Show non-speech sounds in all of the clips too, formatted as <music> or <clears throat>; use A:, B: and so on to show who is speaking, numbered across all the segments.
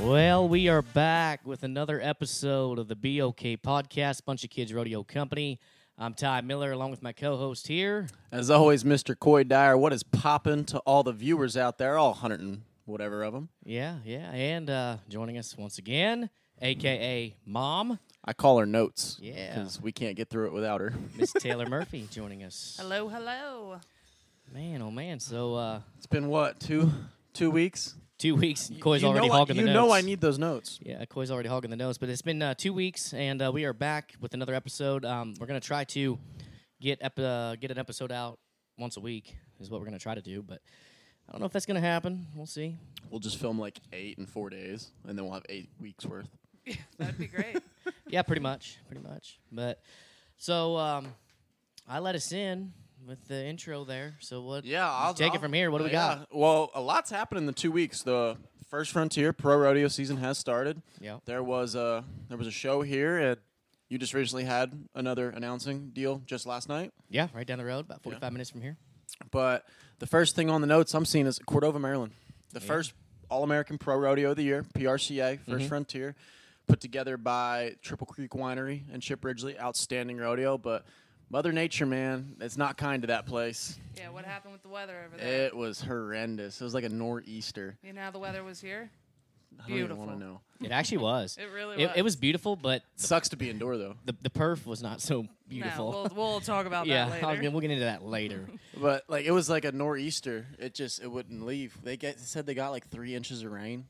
A: Well, we are back with another episode of the BOK podcast, Bunch of Kids Rodeo Company. I'm Ty Miller along with my co host here.
B: As always, Mr. Coy Dyer, what is poppin' to all the viewers out there, all hundred and whatever of them?
A: Yeah, yeah. And uh, joining us once again, AKA Mom,
B: I call her Notes.
A: Yeah.
B: Because we can't get through it without her.
A: Miss Taylor Murphy joining us.
C: Hello, hello.
A: Man, oh man. So uh,
B: It's been what two two weeks.
A: two weeks, and Coy's
B: you
A: already
B: know
A: hogging the
B: I, You
A: notes.
B: know I need those notes.
A: Yeah, Coy's already hogging the nose, but it's been uh, two weeks, and uh, we are back with another episode. Um, we're gonna try to get ep- uh, get an episode out once a week is what we're gonna try to do, but I don't know if that's gonna happen. We'll see.
B: We'll just film like eight in four days, and then we'll have eight weeks worth.
C: <laughs> That'd be great.
A: Yeah, pretty much, pretty much. But so um, I let us in with the intro there. So what?
B: Yeah, I'll
A: take it
B: I'll-
A: from here. What do we
B: yeah.
A: got?
B: Well, a lot's happened in the two weeks. The first frontier pro rodeo season has started.
A: Yeah.
B: There was a there was a show here, and you just recently had another announcing deal just last night.
A: Yeah, right down the road, about forty-five minutes from here.
B: But the first thing on the notes I'm seeing is Cordova, Maryland. The first All American Pro Rodeo of the Year, PRCA, 1st
A: Mm-hmm.
B: Frontier, put together by Triple Creek Winery and Chip Ridgely. Outstanding rodeo, but Mother Nature, man, it's not kind to that place.
C: Yeah, what happened with the weather over there?
B: It was horrendous. It was like a nor'easter.
C: you know how the weather was here?
B: I don't even want to
C: Beautiful.
B: know.
A: It actually was.
C: It really
A: It, it
C: was.
A: was beautiful, but
B: Sucks to be indoor though.
A: the the perf was not so beautiful.
C: No, we'll, we'll
B: <laughs>
C: talk about
A: yeah, I
C: that
A: was
C: later.
A: gonna- we'll get into that later.
B: But like it was like a nor'easter. It just it wouldn't leave. They get said they got like three inches of rain,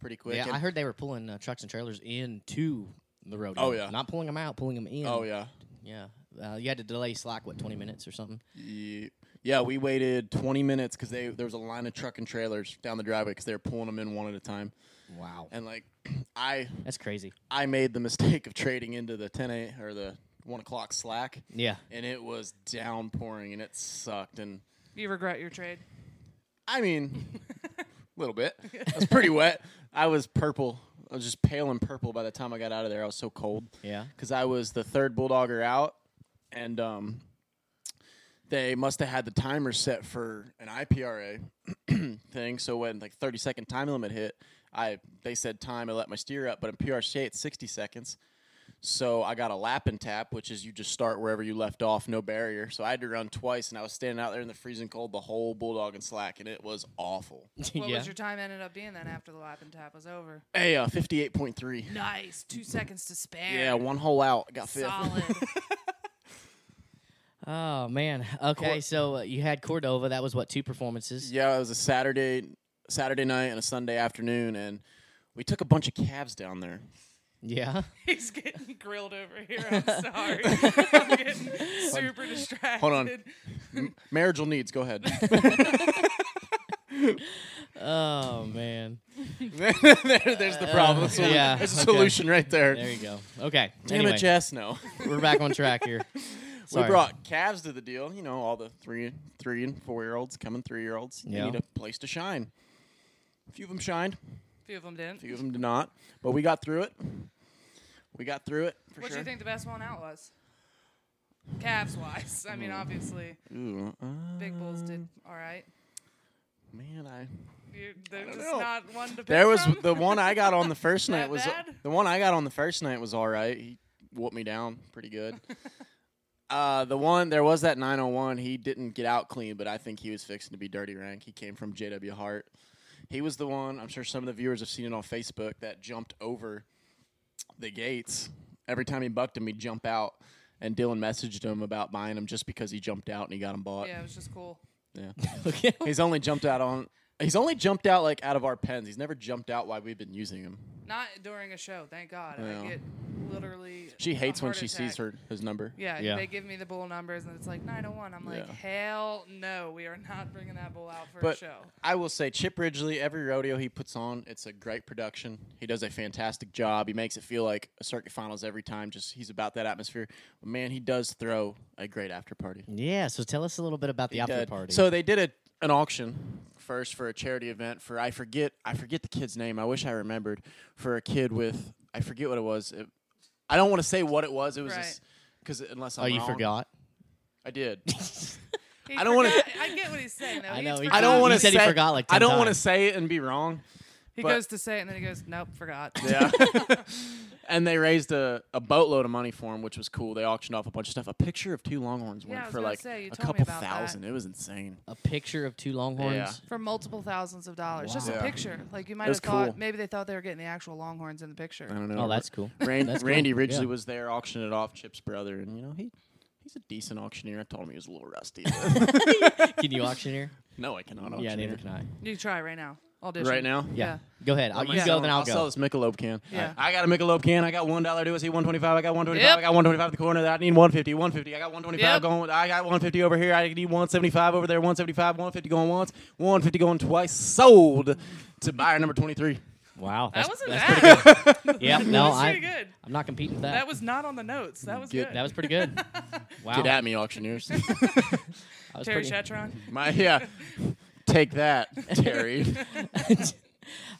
B: pretty quick.
A: Yeah,
B: and-
A: I heard they were pulling uh, trucks and trailers into the rodeo.
B: Oh, yeah.
A: not pulling them out, pulling them in.
B: Oh yeah.
A: yeah. Uh, you had to delay slack what twenty minutes or something.
B: Ye- Yeah, we waited 20 minutes because they there was a line of truck and trailers down the driveway because they were pulling them in one at a time.
A: Wow,
B: And like, <clears throat> I
A: that's crazy.
B: I made the <laughs> mistake of trading into the 10 a, or the one o'clock slack,
A: Yeah,
B: and it was downpouring and it sucked. And
C: you regret
B: <laughs>
C: your trade.
B: I mean, a little bit. I was pretty wet. I was purple. I was just pale and purple by the time I got out of there. I was so cold. <laughs>
A: yeah.
B: because I was the third bulldogger out, and um, they must have had the timer set for an IPRA <clears throat> thing. So when like thirty second time limit hit, I they said time. I let my steer up, but in PRCA it's sixty seconds. So I got a lap and tap, which is you just start wherever you left off, no barrier. So I had to run twice, and I was standing out there in the freezing cold the whole bulldog and slack, and it was awful.
C: What
A: yeah.
C: was your time ended up being then after the lap and tap was over?
B: Hey, uh, fifty eight point three.
C: Nice. Two seconds to spare.
B: Mm-hmm. Yeah, one hole out, got fifth.
C: <laughs> Solid.
A: oh man. Okay, so uh, you had Cordova. That was what two performances?
B: Yeah, it was a Saturday Saturday night and a Sunday afternoon, and we took a bunch of calves down there.
A: Yeah.
C: <laughs> He's getting grilled over
B: <laughs>
C: here. I'm sorry. I'm getting super distracted.
B: Hold on. Marital needs.
A: <laughs>
B: Go ahead. <laughs>
A: oh man.
B: there, there's the problem. So
A: Uh, yeah,
B: there's a
A: okay.
B: solution right there.
A: There you go. Okay.
B: Damn
A: anyway,
B: it, Jess. No,
A: <laughs> we're back on track here.
B: <laughs> we
A: Sorry.
B: brought calves to the deal. You know, all the three, three and four year olds coming, three year olds. They
A: Yeah.
B: need a place to shine. A few of them shined.
C: A few of them
B: A
C: didn't.
B: few of them did not. But we got through it. We got through it for
C: What do
B: sure.
C: you think the best one out was? Calves wise. I
B: Mm.
C: mean, obviously,
B: Ooh, uh,
C: Big Bulls did all right.
B: man, I
C: You, there
B: don't
C: was
B: know.
C: not one to pick
B: There was
C: from?
B: the one I got
C: <laughs>
B: on the first
C: That
B: night was uh,
C: bad?
B: the one I got on the first night was all right. He whooped me down pretty
C: <laughs>
B: good. uh, the one there was that 901. He didn't get out clean, but I think he was fixing to be dirty rank. He came from JW Hart. He was the one. I'm sure some of the viewers have seen it on Facebook that jumped over the gates every time he bucked him. He'd jump out, and Dylan messaged him about buying him just because he jumped out and he got him bought.
C: yeah, it was just cool.
B: yeah.
A: <laughs> Okay.
B: He's only jumped out on. He's only jumped out like out of our pens. He's never jumped out while we've been using him.
C: Not during a show, thank God.
B: Yeah.
C: I get literally.
B: She
C: a
B: hates when
C: heart
B: she sees
C: attack.
B: her his number.
C: Yeah,
A: Yeah.
C: they give me the bull numbers and it's like 901. I'm like,
B: Yeah.
C: hell no, we are not bringing that bull out for a
B: But
C: show.
B: I will say, Chip Ridgely, every rodeo he puts on, it's a great production. He does a fantastic job. He makes it feel like a circuit finals every time. Just he's about that atmosphere. But man, he does throw a great after party.
A: Yeah. So tell us a little bit about the after
B: Did-
A: party.
B: So they did a, an auction first for a charity event for I forget I forget the kid's name. I wish I remembered for a kid with I forget what it was. It, I don't want to say what it was. It was
C: Right.
B: because unless I'm
A: oh, you
B: wrong. <laughs>
A: forgot. <laughs>
B: I did.
C: He
B: I don't wanna-
C: forgot- I get what he's saying though.
A: I
C: He's
A: know, he-
C: forgot-
B: I don't want
A: He
B: to
A: said
B: say
A: he forgot like
B: I
A: 10
B: don't want to
A: times. <laughs>
B: say it and be wrong.
C: He
B: But-
C: goes to say it and then he goes, nope, forgot.
B: Yeah. <laughs> and they raised a, a boatload of money for him, which was cool. They auctioned off a bunch of stuff. A picture of two Longhorns
C: Yeah, I
B: went
C: was
B: for
C: gonna
B: like
C: say, you
B: a
C: told me
B: couple
C: about that.
B: thousand. It was insane.
A: A picture of two Longhorns.
B: Yeah.
C: <laughs> For multiple thousands of dollars, just
B: Wow.
C: a
B: Yeah.
C: picture. Like you might
B: was
C: have thought,
B: cool.
C: maybe they thought they were getting the actual Longhorns in the picture.
B: I don't know.
A: Oh, that's
B: <laughs>
A: cool.
B: Ran-
A: That's cool.
B: Randy Ridgely
A: Yeah.
B: was there auctioning it off, Chip's brother, and you know he he's a decent auctioneer. I told him he was a little rusty. <laughs>
A: Can you auctioneer?
B: no, I cannot
A: yeah,
B: auctioneer.
A: neither can I.
C: You try right now. Audition.
B: Right now,
A: Yeah.
C: Yeah.
A: Go ahead. I'll,
B: I'm
A: you
B: gonna
A: go,
B: sell-
A: then I'll,
B: I'll
A: go.
B: sell this Michelob can.
C: Yeah.
B: I got a Michelob can. I got one dollar. Do I see one twenty five? I got one twenty five.
C: Yep.
B: I got one twenty five at the corner. of that. I need one fifty. One fifty. I got one twenty five
C: Yep.
B: going. I got one fifty over here. I need one seventy five over there. One seventy five. One fifty going once. One fifty going twice. Sold to buyer number twenty three.
A: Wow.
C: That
A: That's,
C: wasn't
A: that's
C: bad.
A: pretty
C: <laughs>
A: good. yeah, no,
C: That's
A: I,
C: pretty good.
A: I'm not competing with that.
C: That was not on the notes. That was
B: Get-
C: good.
A: That was pretty good.
C: <laughs>
A: Wow.
B: Get at me, auctioneers. <laughs>
A: I was
C: Terry
A: pretty,
C: Shatron.
B: My yeah. Take that,
C: <laughs>
B: Terry.
A: <laughs>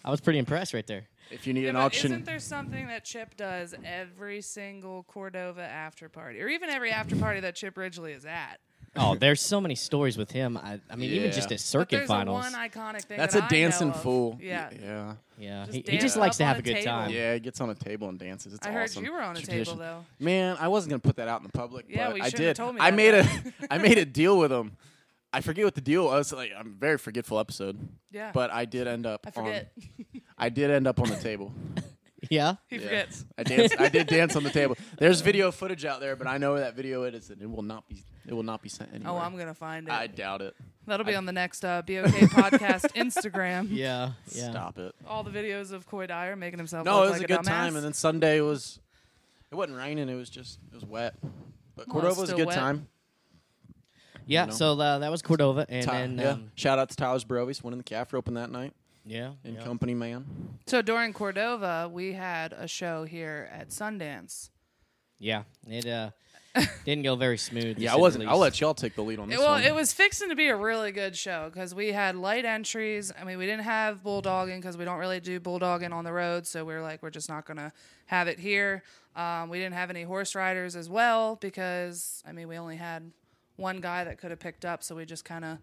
A: I was pretty impressed right there.
B: if you need an
C: But
B: auction.
C: Isn't there something that Chip does every single Cordova after party, or even every after party that Chip Ridgely is at?
A: Oh, there's so many stories with him. I, I mean, even
B: Yeah.
A: just at
C: But
A: circuit
C: there's a
A: finals.
C: one iconic thing.
B: That's
C: that
B: a
C: I
B: dancing
C: know of.
B: fool.
C: Yeah.
B: Yeah.
A: yeah,
C: Just
A: he, he
C: dance
A: just likes to have
C: up
A: a
C: on a
A: good
C: table.
A: time.
B: Yeah, he gets on a table and dances. It's
C: I heard
B: awesome.
C: you were on a
B: Tradition.
C: table, though.
B: Man, I wasn't gonna put that out in the public.
C: Yeah,
B: but
C: well, you
B: I
C: shouldn't have
B: did.
C: told me
B: I
C: that
B: made
C: then.
B: a <laughs> I made
C: <laughs>
B: a deal with him. I forget what the deal was. Like I'm a very forgetful episode.
C: Yeah.
B: But I did end up.
C: I forget.
B: On, I did end up on the table.
A: Yeah?
C: <laughs> he
B: Yeah.
C: forgets.
B: I danced. I
C: <laughs>
B: did dance on the table. There's video footage out there, but I know where that video it is, and it will not be. It will not be sent anywhere.
C: Oh, I'm gonna find it.
B: I doubt it.
C: That'll be on the next uh,
B: <laughs>
C: BOK podcast Instagram.
A: Yeah. Yeah.
B: Stop it.
C: All the videos of Coy Dyer making himself.
B: No,
C: look
B: it was
C: like
B: a good
C: dumbass.
B: time. And then Sunday was, it wasn't raining. It was just, it was wet. But
C: Well, it's
B: Cordova was a
C: still
B: good
C: wet.
B: time.
A: Yeah,
B: You know?
A: so uh, that was Cordova. And
B: Ty-
A: then,
B: yeah.
A: um,
B: Shout out to Tyler's Brovies, winning the calf open that night
A: yeah.
B: in
A: yeah.
B: company, man.
C: So during Cordova, we had a show here at Sundance.
A: Yeah, it
C: <laughs>
A: uh, didn't go very smooth. to say
B: Yeah, I
A: the
B: wasn't. I'll
A: least.
B: let y'all take the lead on this
C: well,
B: one.
C: it was fixing to be a really good show because we had light entries. I mean, we didn't have bulldogging because we don't really do bulldogging on the road, so we are like, we're just not gonna have it here. Um, we didn't have any horse riders as well because I mean, we only had one guy that could have picked up, so we just kind of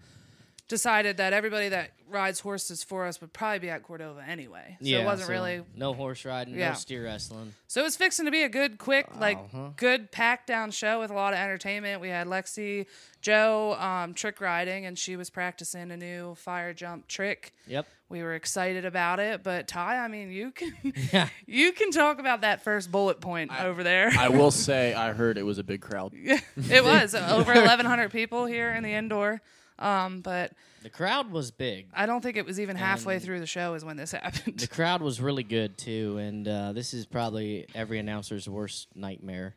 C: decided that everybody that rides horses for us would probably be at Cordova anyway. So
A: yeah,
C: it wasn't
A: so
C: really.
A: no horse riding,
C: Yeah.
A: no steer wrestling.
C: So it was fixing to be a good, quick, like
B: Uh-huh.
C: good packed down show with a lot of entertainment. We had Lexi, Joe, um, trick riding, and she was practicing a new fire jump trick.
A: Yep. <laughs>
C: We were excited about it, but Ty, I mean, you can <laughs> you can talk about that first bullet point over there.
B: <laughs> I will say, I heard it was a big crowd.
C: <laughs> it
B: <laughs>
C: was over 1,100 people here in the indoor. Um, but
A: The crowd was big.
C: I don't think it was even halfway through the show is when this <laughs> happened.
A: The crowd was really good too, and uh, this is probably every announcer's worst nightmare.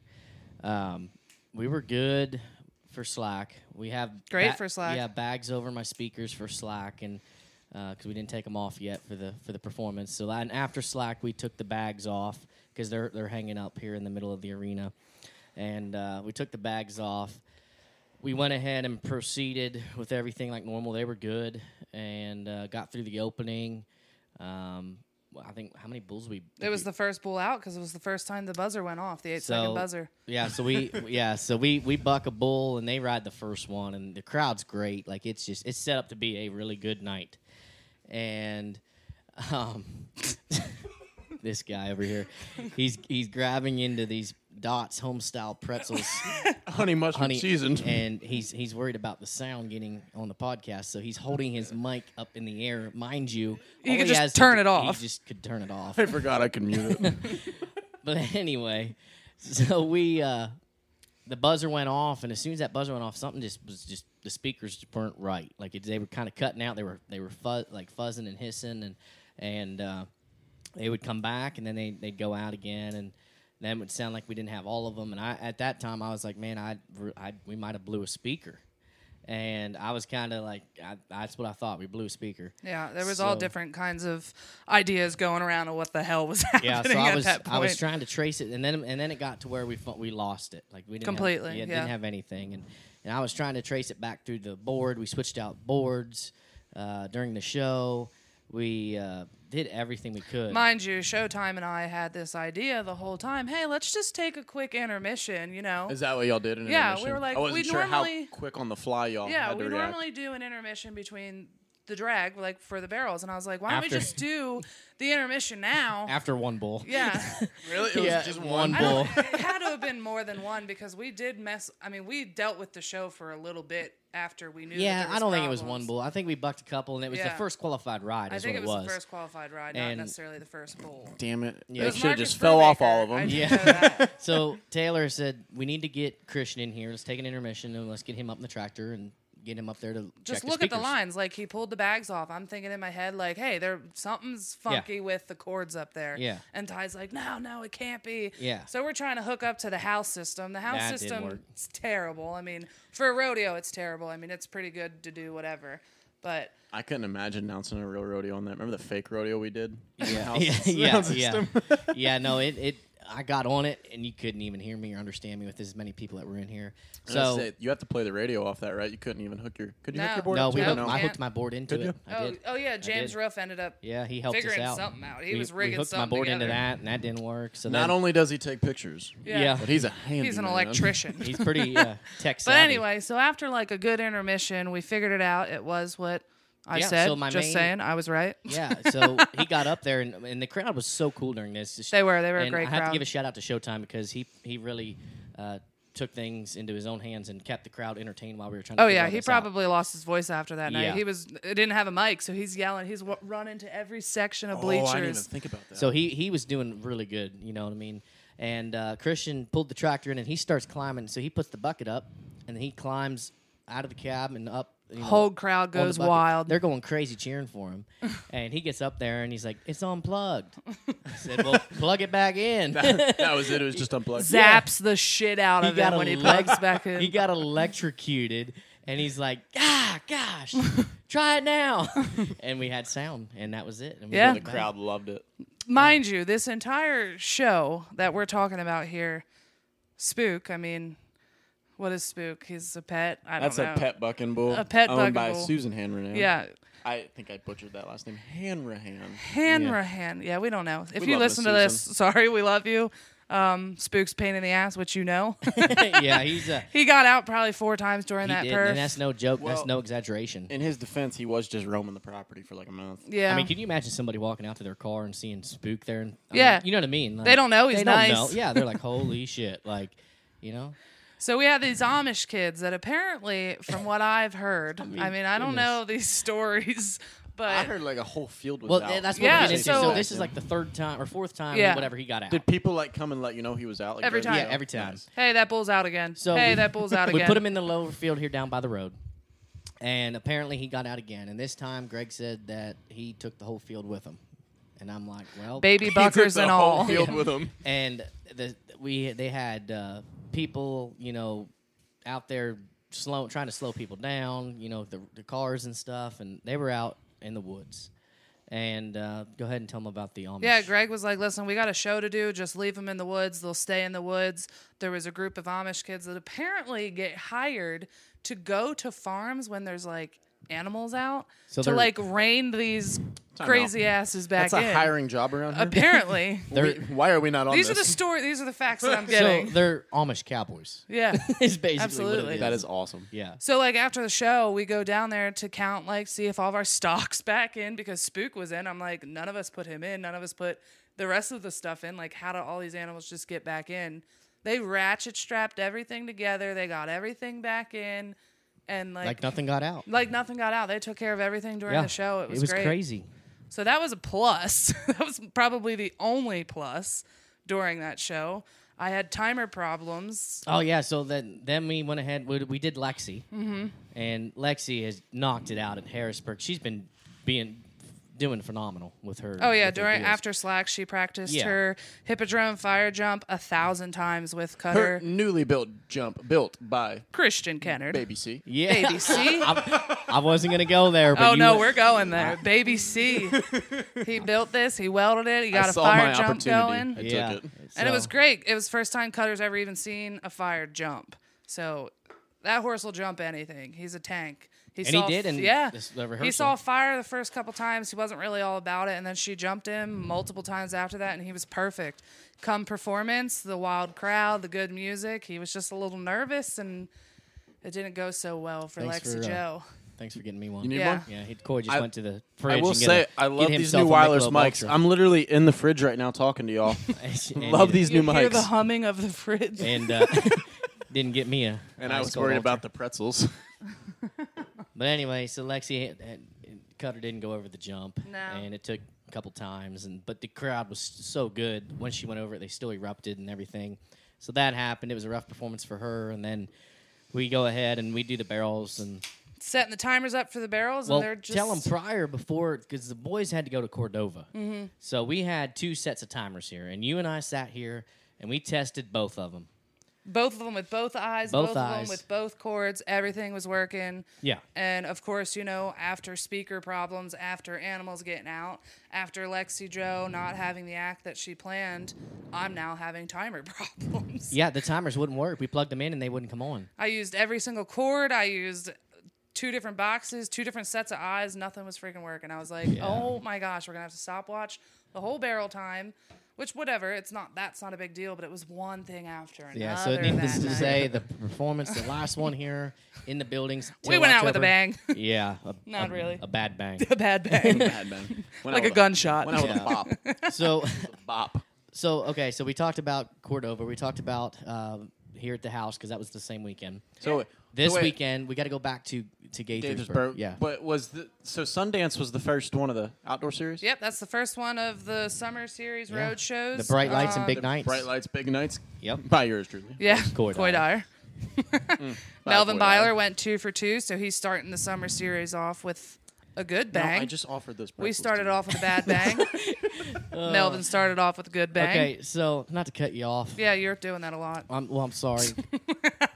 A: Um, we were good for Slack. We have
C: Great for Slack.
A: Yeah, bags over my speakers for Slack, and because we didn't take them off yet for the for the performance. So and after Slack, we took the bags off because they're they're hanging up here in the middle of the arena, and uh, we took the bags off. We went ahead and proceeded with everything like normal. They were good and uh, got through the opening. Um, well, I think how many bulls we
C: it was the first bull out because it was the first time the buzzer went off, the eight second buzzer.
A: yeah, so we <laughs> yeah, so we we buck a bull and they ride the first one and the crowd's great. Like it's just it's set up to be a really good night. And um <laughs> this guy over here, he's he's grabbing into these dots home style
C: <laughs>
A: pretzels
B: Honey mustard
A: honey
B: seasoned.
A: and he's he's worried about the sound getting on the podcast so he's holding his mic up in the air mind you
C: He
A: all
C: could just
A: has to
C: turn
A: do-
C: it off.
A: he just could turn it off
B: <laughs> I forgot I could mute
C: <laughs>
B: it.
A: but <laughs> anyway, so we uh the buzzer went off, and as soon as that buzzer went off, something just was just the speakers just weren't right. Like it, they were kind of cutting out. They were they were fuzz, like fuzzing and hissing, and and uh, they would come back, and then they they'd go out again, and then it would sound like we didn't have all of them. And I at that time I was like, man, I I we might have blew a speaker. And I was kind of like, I, that's what I thought. We blew a speaker.
C: Yeah, there was all
A: So-
C: different kinds of ideas going around of what the hell was <laughs> happening
A: yeah, so
C: at
A: I was
C: that point.
A: I was trying to trace it, and then and then it got to where we fu- we lost it, like we didn't have-
C: Completely,
A: yeah,
C: yeah.
A: didn't have anything, and and I was trying to trace it back through the board. We switched out boards uh, during the show. We uh, did everything we could.
C: Mind you, Showtime and I had this idea the whole time. Hey, let's just take a quick intermission. You know,
B: Is that what y'all did? In an
C: Yeah, we
B: intermission?
C: were like,
B: I wasn't
C: we
B: sure
C: normally-
B: how quick on the fly y'all
C: yeah,
B: had to
C: we
B: react.
C: normally do an intermission between the drag like for the barrels, and I was like, why don't
A: After-
C: we just do the intermission now?
A: <laughs> after one bull. <laughs>
C: yeah,
B: Really? It was
A: Yeah,
B: just
A: one
B: one.
C: I
B: I,
A: bull.
C: don't, it had to have been more than one because we did mess. I mean, we dealt with the show for a little bit after we knew. that
A: Yeah,
C: there
A: I don't think it was
C: problems.
A: one bull. I think we bucked a couple, and it was the
C: Yeah.
A: first qualified ride.
C: I
A: Is
C: think
A: what
C: it was, the
A: <laughs>
C: first qualified ride, not
A: And-
C: necessarily the first bull.
B: Damn it.
A: Yeah. It
B: They
A: was
B: should have
C: Marcus
B: just fell off
C: Brubaker.
B: all of
C: I
B: them.
C: did
A: Yeah.
C: know
A: <laughs>
C: that.
A: so Taylor said we need to get Christian in here. Let's take an intermission and let's get him up in the tractor and get him up there to check
C: Just
A: the
C: look at the
A: speakers.
C: lines. Like he pulled the bags off. I'm thinking in my head, like, hey, there something's funky with the cords up there.
A: Yeah.
C: And Ty's like, no, no, it can't be.
A: Yeah.
C: So we're trying to hook up to the house system. The house
A: That didn't work.
C: system is terrible. I mean, for a rodeo, it's terrible. I mean, it's pretty good to do whatever, but
B: I couldn't imagine announcing a real rodeo on that. Remember the fake rodeo we did?
A: Yeah,
B: House
A: <laughs> yeah, yeah,
B: sound
A: yeah. <laughs>
B: system.
A: Yeah, No, it, it. I got on it, and you couldn't even hear me or understand me with as many people that were in here.
B: So
A: So
B: you have to play the radio off that, right? You couldn't even hook your. Could you hook
C: No.
B: your board?
A: no,
B: up
A: we
B: to
C: No,
A: hooked,
B: it?
C: don't
A: I
C: can't.
A: hooked my board into it.
B: Could you?
A: I
C: oh,
A: did.
C: oh yeah, James
A: did.
C: Ruff ended up.
A: Yeah, he helped
C: Figuring
A: us out.
C: something out. He
A: we,
C: was
A: we
C: rigging
A: hooked my
C: something
A: board into
C: together.
A: that, and that didn't work. So
B: Not
A: then-
B: only does he take pictures,
A: yeah,
B: but he's a
A: <laughs>
B: handy
C: He's an electrician.
A: he's pretty
C: <laughs>
A: uh, tech
C: But
A: savvy.
C: anyway, so after like a good intermission, we figured it out. It was what I
A: Yeah,
C: said.
A: so my
C: just
A: main-
C: saying, I was right.
A: Yeah, so he got up there, and, and the crowd was so cool during this. Just-
C: They were- they were a
A: and
C: great
A: I have to
C: crowd.
A: give a shout out to Showtime because he he really uh, took things into his own hands and kept the crowd entertained while we were trying. to
C: <laughs> Oh
A: figure
C: yeah,
A: all
C: he
A: this out.
C: probably lost his voice after that night.
A: Yeah.
C: He was it didn't have a mic, so he's yelling. He's w- running to every section of bleachers.
B: Oh, I didn't even think about that.
A: So <laughs> he he was doing really good. You know what I mean? And uh, Christian pulled the tractor in, and he starts climbing. So he puts the bucket up, and then he climbs out of the cab and up. You know,
C: Whole crowd
A: on the
C: goes
A: bucket.
C: wild.
A: They're going crazy cheering for
C: <laughs>
A: him, and he gets up there and he's like, "It's unplugged." I said, "Well, plug it back in."
B: that was it. It was just unplugged.
C: Zaps the shit out
A: he
C: of him
A: got
C: when he
A: elec- <laughs>
C: plugs back in.
A: He got electrocuted, and he's like, "Ah, gosh, try it
C: <laughs>
A: now." and we had sound, and that was it. And we
C: Yeah.
A: got
B: The
A: it back.
C: <laughs>
B: crowd loved it.
C: Mind you, this entire show that we're talking about here, Spook. I mean, what is Spook? He's a pet. I don't
B: That's
C: know.
B: a pet bucking bull.
C: A pet bucking
B: owned by
C: bull.
B: Susan Hanrahan.
C: Yeah,
B: I think I butchered that last name. Hanrahan.
C: Hanrahan. Yeah. we don't know. If
B: We
C: you
B: love Miss
C: listen to this, sorry, we love you. Um, Spook's pain in the ass, which
B: <laughs>
C: you know.
A: <laughs> yeah, he's a.
C: he got out probably four times during
A: He
C: that
A: did,
C: perf.
A: and that's no joke. that's
B: Well,
A: no exaggeration.
B: In his defense, he was just roaming the property for like a month.
C: yeah.
A: I mean, can you imagine somebody walking out to their car and seeing spook there? And, I
C: Yeah.
A: mean, you know what I mean. Like,
C: They don't know he's
A: they don't
C: nice.
A: know. Yeah, they're like, holy <laughs> shit, like, you know.
C: so we have these Amish kids that apparently, from what
B: <laughs>
C: I've heard, I mean, I, don't
A: goodness.
C: know these <laughs> stories,
B: I
C: but
B: heard like a whole field was
A: Well,
B: out.
A: th- that's what
C: Yeah,
A: we get into. So,
C: so-
A: this is like the third time or fourth time,
C: Yeah.
A: whatever he got out.
B: Did people like come and let you know he was out? Like,
C: Every
B: during the
C: time.
A: yeah,
B: show?
A: every time.
B: Nice.
C: hey, that bull's out again.
A: So
C: hey,
A: we-
C: that bull's out
A: <laughs> we
C: again.
A: put him in the lower field here down by the road, and apparently he got out again. And this time, Greg said that he took the whole field with him. And I'm like, well,
B: <laughs>
C: baby
B: He took
C: buckers
B: the
C: and
B: whole
C: all.
B: Field with him.
A: and the, we they had uh, people you know out there slow trying to slow people down you know the, the cars and stuff and they were out in the woods and uh, go ahead and tell them about the Amish.
C: Yeah, Greg was like, "Listen, we got a show to do. Just leave them in the woods. They'll stay in the woods." There was a group of Amish kids that apparently get hired to go to farms when there's like animals out
A: So
C: to
A: they're-
C: like rein these
B: Time
C: crazy asses back
B: That's a
C: in.
B: hiring job around here. <laughs>
C: apparently,
A: they're
B: We- Why are we not on
C: these are
B: this?
C: the story. These are the
B: <laughs>
C: facts that I'm
A: so
C: getting.
A: they're Amish cowboys. <laughs>
C: yeah.
A: is basically what it
C: Absolutely.
A: is.
B: that is awesome.
A: yeah.
C: So like after the show, we go down there to count like see if all of our <laughs> stocks back in because Spook was in. I'm like, none of us put him in. None of us put the rest of the stuff in. Like, how do all these animals just get back in? They ratchet strapped everything together. They got everything back in, and like
A: Like
C: like,
A: nothing got out.
C: nothing got out. They took care of everything during
A: yeah.
C: the show. It was, great.
A: crazy.
C: So that was a plus. <laughs> that was probably the only plus during that show. I had timer problems.
A: Oh yeah. So then then we went ahead. We, we did Lexi, mm-hmm. and Lexi has knocked it out at Harrisburg. She's been being doing phenomenal with her.
C: Oh yeah,
A: with her
C: during
A: deals.
C: after slack, she practiced
A: Yeah.
C: her hippodrome fire jump a thousand times with
B: Her
C: cutter
B: newly built jump, built by
C: Christian Kennard.
B: Baby C.
A: Yeah.
C: <laughs>
B: <laughs>
C: Baby C.
A: <laughs> I wasn't gonna go there. But
C: oh
A: you
C: no,
A: went-
C: we're going there.
B: <laughs>
C: Baby C. he built this. He welded it. He got
B: I
C: a
B: saw
C: fire
B: my
C: jump
B: opportunity.
C: going,
A: <laughs>
B: I
A: yeah.
B: took it.
C: and it was
A: So-
C: great. It was first time Cutter's ever even seen a fire jump. So that horse will jump anything. He's a tank. He
A: And he
C: saw,
A: did in
C: yeah.
A: this- the
C: he
A: rehearsal.
C: saw fire the first couple times. He wasn't really all about it, and then she jumped him multiple times after that, and he was perfect. Come performance, the wild crowd, the good music. He was just a little nervous, and it didn't go so well for
A: Thanks for,
C: Lexi
A: uh,
C: Joe.
A: Thanks for getting me one.
B: You need
C: Yeah.
B: one?
A: Yeah, he, Corey just
B: I-
A: went to the fridge.
B: I will
A: and get
B: say,
A: a,
B: I
A: get
B: love these
A: himself
B: new
A: a
B: wireless
A: Michelob
B: mics.
A: Ultra.
B: I'm literally in the fridge right now talking to y'all.
A: <laughs> And
B: love
A: you-
B: these new
C: You hear the
B: mics.
C: humming of the fridge.
A: And uh, <laughs> didn't get me a.
B: And I
A: ice
B: was
A: cold
B: worried
A: Ultra.
B: about
A: <laughs>
B: the pretzels.
A: But anyway, so Lexi had- had- Cutter didn't go over the jump,
C: No.
A: and it took a couple times. And but the crowd was so good when she went over it; they still erupted and everything. So that happened. It was a rough performance for her, and then we go ahead and we do the barrels and
C: Setting the timers up for the barrels,
A: well
C: and they're just Mm-hmm.
A: tell them prior before because the boys had to go to Cordova, so we had two sets of timers here, and you and I sat here and we tested both of them.
C: both of them with both eyes,
A: Both
C: both, of them
A: eyes.
C: with both cords. Everything was working.
A: Yeah.
C: And of course, you know, after speaker problems, after animals getting out, after Lexi Joe not having the act that she planned, I'm now having timer <laughs> problems.
A: Yeah, the timers wouldn't work. We plugged them in and they wouldn't come on.
C: I used every single cord. I used two different boxes, two different sets of eyes. Nothing was freaking working. I was like, oh my gosh, we're gonna have to stopwatch the whole barrel time. Which, whatever, it's not that's not a big deal, but it was one thing after another.
A: Yeah, so needless
C: that
A: to
C: night.
A: say, the performance, the last one here in the buildings.
C: we
A: till
C: went out with a
A: October-
C: bang, <laughs>
A: Yeah, a,
C: Not
A: a-
C: really.
A: a bad
C: <laughs>
A: bang.
C: <laughs>
A: <laughs>
C: a bad bang,
B: Bad man. Went out
C: like a
B: with
C: gunshot.
B: Went out with a bop.
A: So,
C: <laughs>
B: Bop.
A: so okay, so we talked about Cordova. We talked about uh, here at the house because that was the same weekend.
B: So
A: This
B: so wait,
A: weekend we got to go back to to Gaithersburg.
B: Gaithersburg.
A: Yeah,
B: But was the so Sundance was the first one of the outdoor series?
C: Yep, that's the first one of the summer series
A: Yeah.
C: road shows.
A: the bright lights
C: Um,
A: and big nights.
B: Bright lights, big nights. <laughs>
A: Yep.
B: By yours truly.
C: Yeah,
A: <laughs> Coy
C: Coy
A: Dyer.
C: Dyer. Melvin
B: Coy Dyer.
C: Byler went two for two, so he's starting the summer series off with a good
B: No,
C: bang.
B: I just offered those.
C: we
B: pretzels
C: started
B: to you.
C: off with
B: <laughs>
C: a bad bang.
B: Uh,
C: Melvin started off with a good bang.
A: Okay, so not to cut you off.
C: Yeah, you're doing that a lot.
A: I'm, well, I'm
C: <laughs>
A: sorry.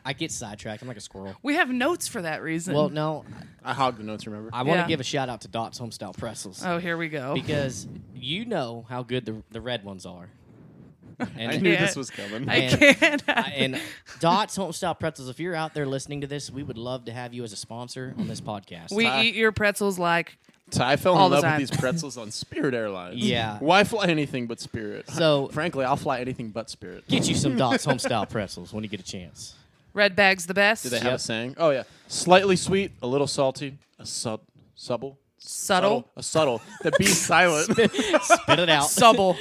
A: I get sidetracked. I'm like a squirrel.
C: We have notes for that reason.
A: Well, no,
B: I hogged the notes. Remember?
A: I want to
C: Yeah.
A: give a shout out to Dot's Homestyle Pretzels.
C: oh, here we go.
A: because you know how good the, the red ones
B: <laughs>
A: are. And,
B: I knew
C: Yeah.
B: this was coming. <laughs>
C: I
A: and-
C: can't.
A: and Dots Home Style Pretzels, if you're out there listening to this, we would love to have you as a sponsor on this podcast.
C: we eat your pretzels like
B: Ty fell
C: All
B: in
C: the
B: love
C: time.
B: with these pretzels on Spirit Airlines.
A: Yeah.
B: <laughs> Why fly anything but Spirit?
A: So-
B: <laughs> frankly, I'll fly anything but Spirit. Do
A: get you some Dots Home Style Pretzels when you get a chance.
C: red bags the best.
B: they have
A: Yep.
B: a saying? Oh yeah, slightly sweet, a little salty, a sub, subtle,
C: subtle.
B: a subtle. The
A: <laughs>
B: be silent,
A: Spit it out.
B: <laughs>
C: Subtle.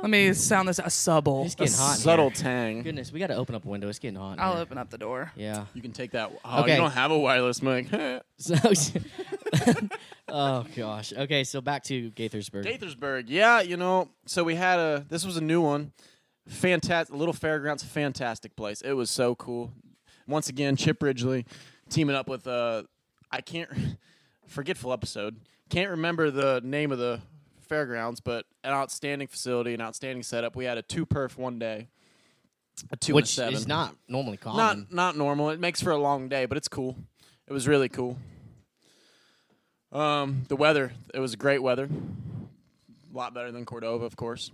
C: Let me sound this a subtle.
A: it's getting hot. in
B: subtle
A: here.
B: tang.
A: Goodness, we got to open up a window. It's getting hot. in
C: I'll
A: here.
C: open up the door.
A: Yeah.
B: You can take that. Oh,
A: Okay.
B: you don't have a wireless mic. <laughs> Gaithersburg,
A: So, <laughs> oh gosh. Okay, so back to Gaithersburg.
B: yeah, you know. So we had a. This was a new one. Fantastic little fairgrounds, fantastic place. It was so cool. Once again, Chip Ridgely teaming up with uh, I can't <laughs> forgetful episode. Can't remember the name of the fairgrounds, but an outstanding facility, an outstanding setup. We had a two perf one day, a two and a
A: which
B: seven.
A: is not normally common. <laughs>
B: not not normal. It makes for a long day, but it's cool. It was really cool. Um, the weather. It was great weather. A lot better than Cordova, of course.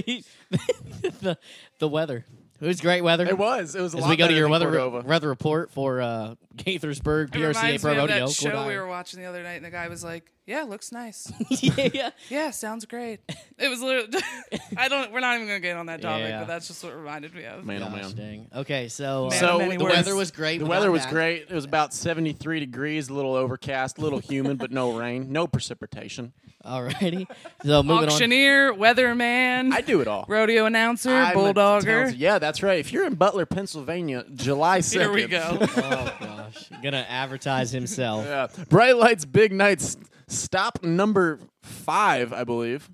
A: the, the weather. It was great weather.
B: It was. It was. A
A: As
B: lot
A: we go to
B: better
A: your
B: than
A: weather
B: Cordova.
A: weather report for uh, Gaithersburg
C: It
A: PRCA
C: reminds
A: Pro
C: me of
A: Rodeo.
C: that show
A: Gordine.
C: we
A: <laughs>
C: were watching the other night, and the guy was like, "Yeah, looks nice.
A: yeah,
B: <laughs>
A: yeah.
C: yeah, sounds great." It was literally. <laughs> I don't. We're not even gonna get on that topic,
A: Yeah.
C: but that's just what it reminded me of.
B: Man, oh
A: Gosh,
B: man.
A: dang. Okay, so, uh,
C: Man,
B: So
C: many
B: with
A: the
C: words.
A: weather was great.
B: The
A: we
B: weather
A: got
B: was
A: back. <laughs>
B: great. It was about 73 degrees, a little overcast, a little humid, but
C: <laughs>
B: no rain, no precipitation.
A: Alrighty. So moving on.
C: Auctioneer, weatherman,
B: I do it all.
C: rodeo announcer,
B: I'm a
C: bulldogger.
B: Townsend- Yeah, that's right. If you're in Butler, Pennsylvania, July 2nd.
C: <laughs> Here we go.
A: Oh gosh, gonna advertise himself.
B: <laughs>
C: <laughs>
B: Yeah. Bright Lights Big Nights stop number 5, I believe.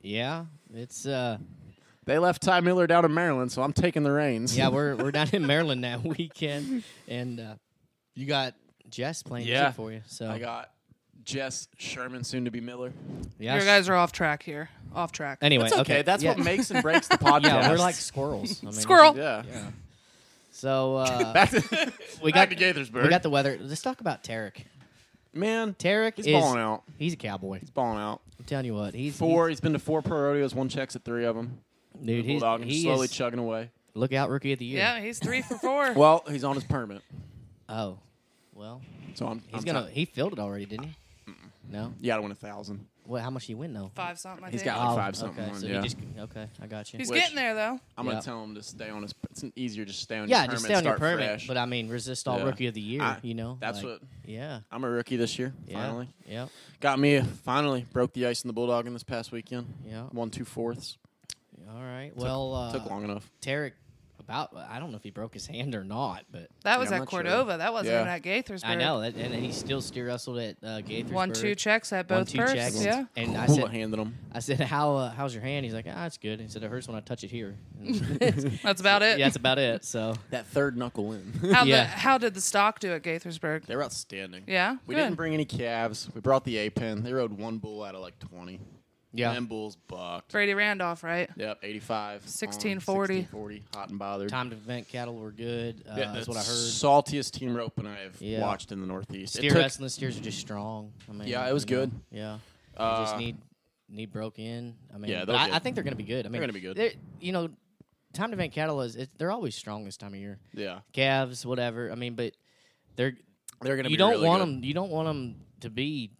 A: Yeah, it's uh,
B: They left Ty Miller down in Maryland, so I'm taking the reins.
A: yeah, we're we're down in Maryland <laughs> that weekend, and uh, you got Jess playing
B: Yeah.
A: music for you. So
B: I got Jess Sherman soon to be Miller.
A: yes.
C: Your guys are off track here. Off track.
A: Anyway,
B: It's okay. That's
A: yeah.
B: what makes and breaks the podcast.
A: <laughs> Yeah, we're like squirrels. I mean, <laughs>
C: Squirrel.
B: Yeah.
A: Yeah. So uh,
B: <laughs> Back to,
A: <laughs> we got
B: back to Gaithersburg.
A: we got the weather. Let's talk about Tarek.
B: Man,
A: Tarek
B: he's
A: is
B: balling out.
A: He's a cowboy.
B: He's balling out.
A: I'm telling you what, he's
B: Four. He's been to four pro rodeos. One checks at three of them.
A: he's- dude. He's
B: Bulldog and
A: he
B: slowly
A: is
B: chugging away.
A: look out rookie of the year.
C: Yeah, he's three for
A: <laughs>
C: four.
B: Well, he's on his permit,
A: Oh, well,
B: so I'm.
A: he's
B: I'm
A: gonna.
B: ti-
A: he filled it already, didn't he? No.
B: you gotta win a thousand.
A: What? How much he win though? Oh,
C: Five something. I
B: He's
C: think.
B: got like five something.
A: Okay,
B: on,
A: so
B: yeah.
A: he just okay. I got you.
C: He's
B: Which-
C: getting there though.
B: I'm gonna
A: Yeah.
B: tell him to stay on his. It's easier just stay on
A: yeah,
B: your
A: just
B: permit.
A: stay on your
B: start
A: permit.
B: fresh.
A: But I mean, resist all
B: Yeah.
A: rookie of the year.
B: I-
A: you know,
B: That's
A: Like,
B: what
A: Yeah.
B: I'm a rookie this year.
A: Yeah.
B: Finally,
A: Yep.
B: got me. Finally broke the ice in the bulldog in this past weekend.
A: Yeah.
B: Won two fourths.
A: All right. Well, uh,
B: Took long enough.
A: Tarek, about I don't know if he broke his hand or not, but
C: That was
B: I'm
C: at
B: not sure.
C: Cordova. That wasn't
B: Yeah.
C: even at Gaithersburg.
A: I know, that, and, and he still steer wrestled at uh, Gaithersburg.
C: One two checks at both
A: One, two
C: perfs,
A: checks.
C: Yeah.
A: And I
B: Cool, <laughs>
A: said,
B: handed him.
A: I said, how uh, how's your hand? He's like, ah, it's good. He said, it hurts when I touch it here.
B: <laughs>
A: <laughs>
C: That's about it.
A: yeah, that's about it. So
B: That third
A: <laughs>
B: knuckle in.
C: how,
A: yeah.
C: the, how did the stock do at
B: <laughs>
C: Gaithersburg?
B: they were outstanding.
C: Yeah.
B: We
C: Good.
B: didn't bring any calves. We brought the A pin. They rode one bull out of like 20.
A: yeah,
B: Them bulls bucked.
C: Brady Randolph, right?
B: Yep, 85.
C: 1640.
B: 1640. Hot and bothered.
A: time to vent cattle were good. Uh,
B: Yeah,
A: that's
B: the
A: what I heard.
B: Saltiest team roping I've
A: Yeah.
B: watched in the Northeast.
A: Steer
B: took-
A: wrestling steers are just strong. I mean,
B: Yeah, it was
A: you know,
B: good.
A: Yeah, they
B: Uh,
A: just need need broke in. I mean,
B: Yeah,
A: but
B: they'll
A: I,
B: get-
A: I think they're gonna be good. I mean,
B: gonna be good.
A: they're- You know, time to vent cattle is it, they're always strong this time of year.
B: Yeah,
A: Calves, whatever. I mean, but they're
B: they're gonna.
A: you
B: be
A: don't
B: really
A: want
B: good.
A: them. You don't want them to be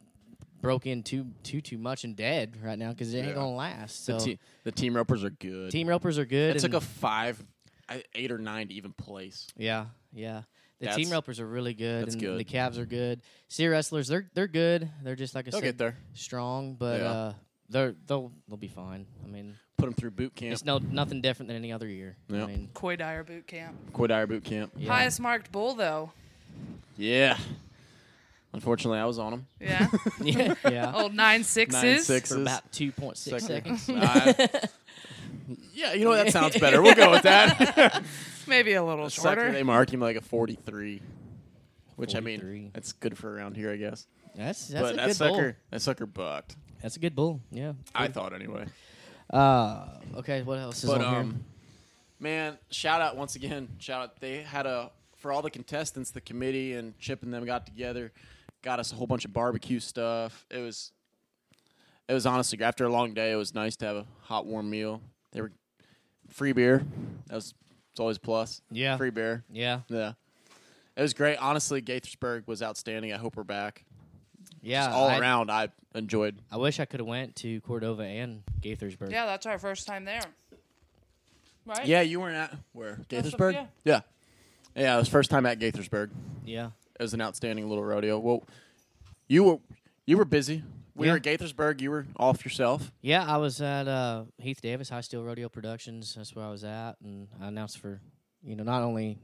A: broke in too too too much and dead right now because it
B: Yeah.
A: ain't gonna last. So
B: The, te- the team ropers are good.
A: team ropers are good.
B: it took
A: and-
B: a five, I- eight or nine to even place.
A: Yeah, yeah. The
B: That's-
A: team ropers are really good,
B: that's
A: and
B: good.
A: the Cavs are good. Sea wrestlers, they're they're good. They're just like I
B: They'll
A: said,
B: get there.
A: strong, but
B: Yeah.
A: uh, they're they'll they'll be fine. I mean,
B: Put them through boot camp.
A: it's no nothing different than any other year.
B: Yeah.
A: I mean,
C: Koi Dyer boot camp.
B: Quid Iyer boot camp.
A: yeah.
C: Highest marked bull though.
B: Yeah. Unfortunately, I was on them. <laughs>
C: Yeah.
A: <laughs>
C: <laughs>
A: yeah, yeah.
C: Old nine sixes.
B: Nine sixes.
A: For about two point six
B: Second.
A: seconds.
B: I- <laughs> yeah, you know what? That sounds better. <laughs> We'll go with that.
C: Maybe a little
B: Sucker,
C: shorter.
B: they mark him like a 43, which I
A: 43.
B: mean, that's good for around here, I guess.
A: <laughs> That's that's
B: but
A: a
B: that
A: good
B: sucker,
A: bull.
B: that sucker bucked.
A: That's a good bull. Yeah.
B: I thought anyway.
A: Uh, okay. What else is
B: But
A: on
B: um, man, shout out once again. Shout out. They had a for all the contestants, the committee and Chip and them got together, got us a whole bunch of barbecue stuff. It was, it was honestly after a long day, it was nice to have a hot warm meal. They were free beer. That was it's always a plus.
A: Yeah.
B: free beer.
A: here? Yeah.
B: Yeah. It was great. Honestly, Gaithersburg was outstanding. I hope we're back.
A: Yeah.
B: All
A: I,
B: around, I enjoyed.
A: I wish I could have went to Cordova and Gaithersburg.
C: Yeah, that's our first time there. Right?
B: Yeah, you weren't at where
C: That's-
B: Gaithersburg.
C: yeah.
B: yeah, yeah. It was first time at Gaithersburg.
A: Yeah.
B: It was an outstanding little rodeo. Well, you were you were busy. We
A: Yeah.
B: were at Gaithersburg. You were off yourself.
A: Yeah, I was at uh, Heath Davis High Steel Rodeo Productions. That's where I was at, and I announced for you know not only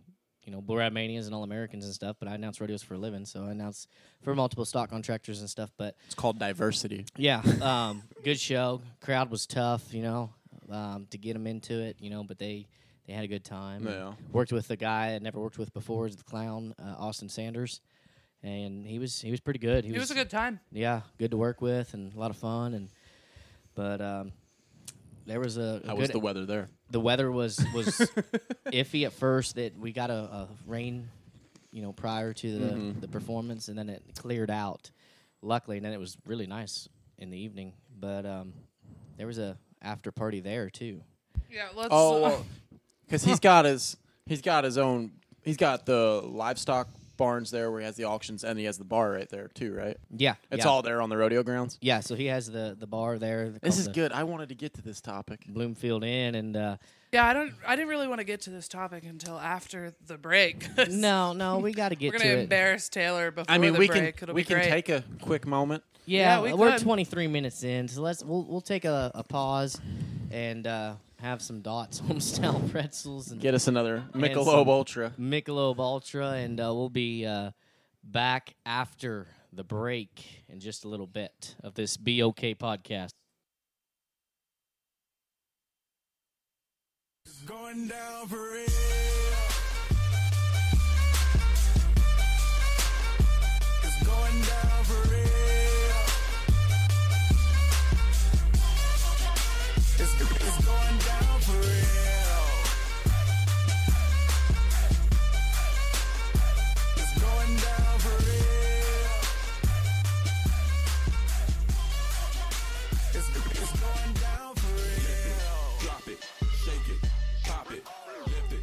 A: you know Bull Ride Manias and All Americans and stuff, but I announced rodeos for a living. So I announced for multiple stock contractors and stuff. But
B: It's called diversity.
A: yeah, um, good show. Crowd was tough, you know, um, to get them into it, you know, but they they had a good time. and
B: Yeah.
A: Worked with a guy I'd never worked with before, is the clown uh, Austin Sanders, and he was he was pretty good. He
C: It was a good time.
A: yeah, good to work with and a lot of fun. And but um, there was a, a
B: How
A: good,
B: was the weather there?
A: the weather was
B: <laughs>
A: was iffy at first. That we got a, a rain, you know, prior to the,
B: Mm-hmm.
A: the performance, and then it cleared out. Luckily, and then it was really nice in the evening. But um, there was a after party there too.
C: Yeah, let's
B: Oh, <laughs> because he's got his he's got his own. He's got the livestock barns there where he has the auctions, and he has the bar right there too. Right?
A: Yeah,
B: It's
A: yeah.
B: all there on the rodeo grounds.
A: Yeah, so he has the the bar there. the-
B: This
A: called
B: is
A: the
B: good. I wanted to get to this topic.
A: Bloomfield Inn, and uh,
C: <laughs> Yeah, I don't I didn't really want to get to this topic until after the break. <laughs> 'cause
A: no, no, we got to get
C: We're
A: to
C: gonna
A: it.
C: embarrass Taylor before
B: I mean,
C: the
B: we
C: break.
B: can
C: It'll
B: we
C: be
B: can
C: great.
B: take a quick moment.
A: Yeah,
C: Yeah, we
A: we are
C: could.
A: 23 minutes in, so let's we'll, we'll take a, a pause and uh, have some dots <laughs> home style pretzels and
B: Get us another Michelob
A: some-
B: Ultra.
A: Michelob Ultra, and uh, we'll be uh, back after the break in just a little bit of this BOK podcast. <laughs>
D: Going down for real. It's going down for real. It's, it's going down for real. It's going down for real. It's, it's going down for real. Drop it, shake it, pop it, lift it.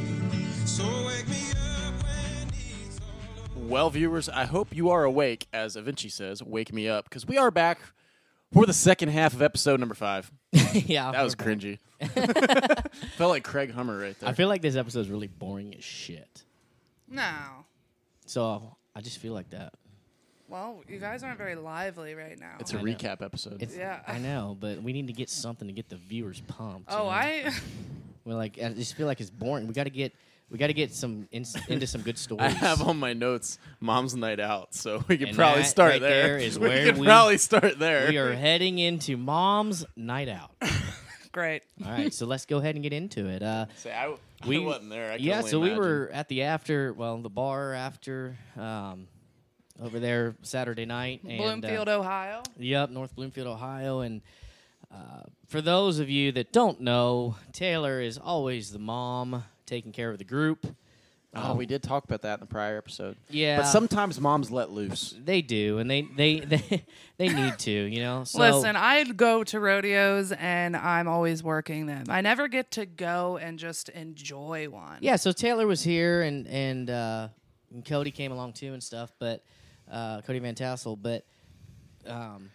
D: So wake me up when it's all over.
B: Well, viewers, I hope you are awake, as Avinci says, wake me up, because we are back for the second half of episode number five.
A: yeah,
B: That was
A: we're back.
B: cringy.
A: <laughs>
B: Felt like Craig Hummer right there.
A: I feel like this episode's really boring as shit.
C: No.
A: So I just feel like that.
C: Well, you guys aren't very lively right now.
B: it's a
A: I know.
B: recap episode.
A: It's,
C: Yeah. <laughs>
A: I know, but we need to get something to get the viewers pumped. you
C: oh,
A: know?
C: I.
A: We're like, I just feel like it's boring. We got to get, we got to get some in, into some <laughs> good stories.
B: <laughs> I have on my notes "Mom's Night Out," so we could
A: And
B: probably
A: that
B: start
A: right
B: there.
A: there is
B: <laughs> we
A: where
B: could
A: we-
B: probably start there.
A: we are heading into Mom's night out.
C: <laughs> Great.
A: All right, so let's go ahead and get into it. Uh,
B: Say, I, <laughs> I
A: we
B: wasn't there. I can
A: yeah,
B: only
A: so we
B: imagine.
A: were at the after, well, the bar after, um, over there Saturday night. And, uh,
C: Bloomfield, Ohio.
A: Yep, North Bloomfield, Ohio. And uh, for those of you that don't know, Taylor is always the mom taking care of the group.
B: Oh, we did talk about that in the prior episode.
A: um, Yeah.
B: but sometimes moms let loose.
A: They do, and they they <laughs> they, they need to, you know. So,
C: Listen, I go to rodeos and I'm always working them. I never get to go and just enjoy one.
A: yeah. So Taylor was here, and and, uh, and Cody came along too and stuff, but uh, Cody Van Tassel, but um,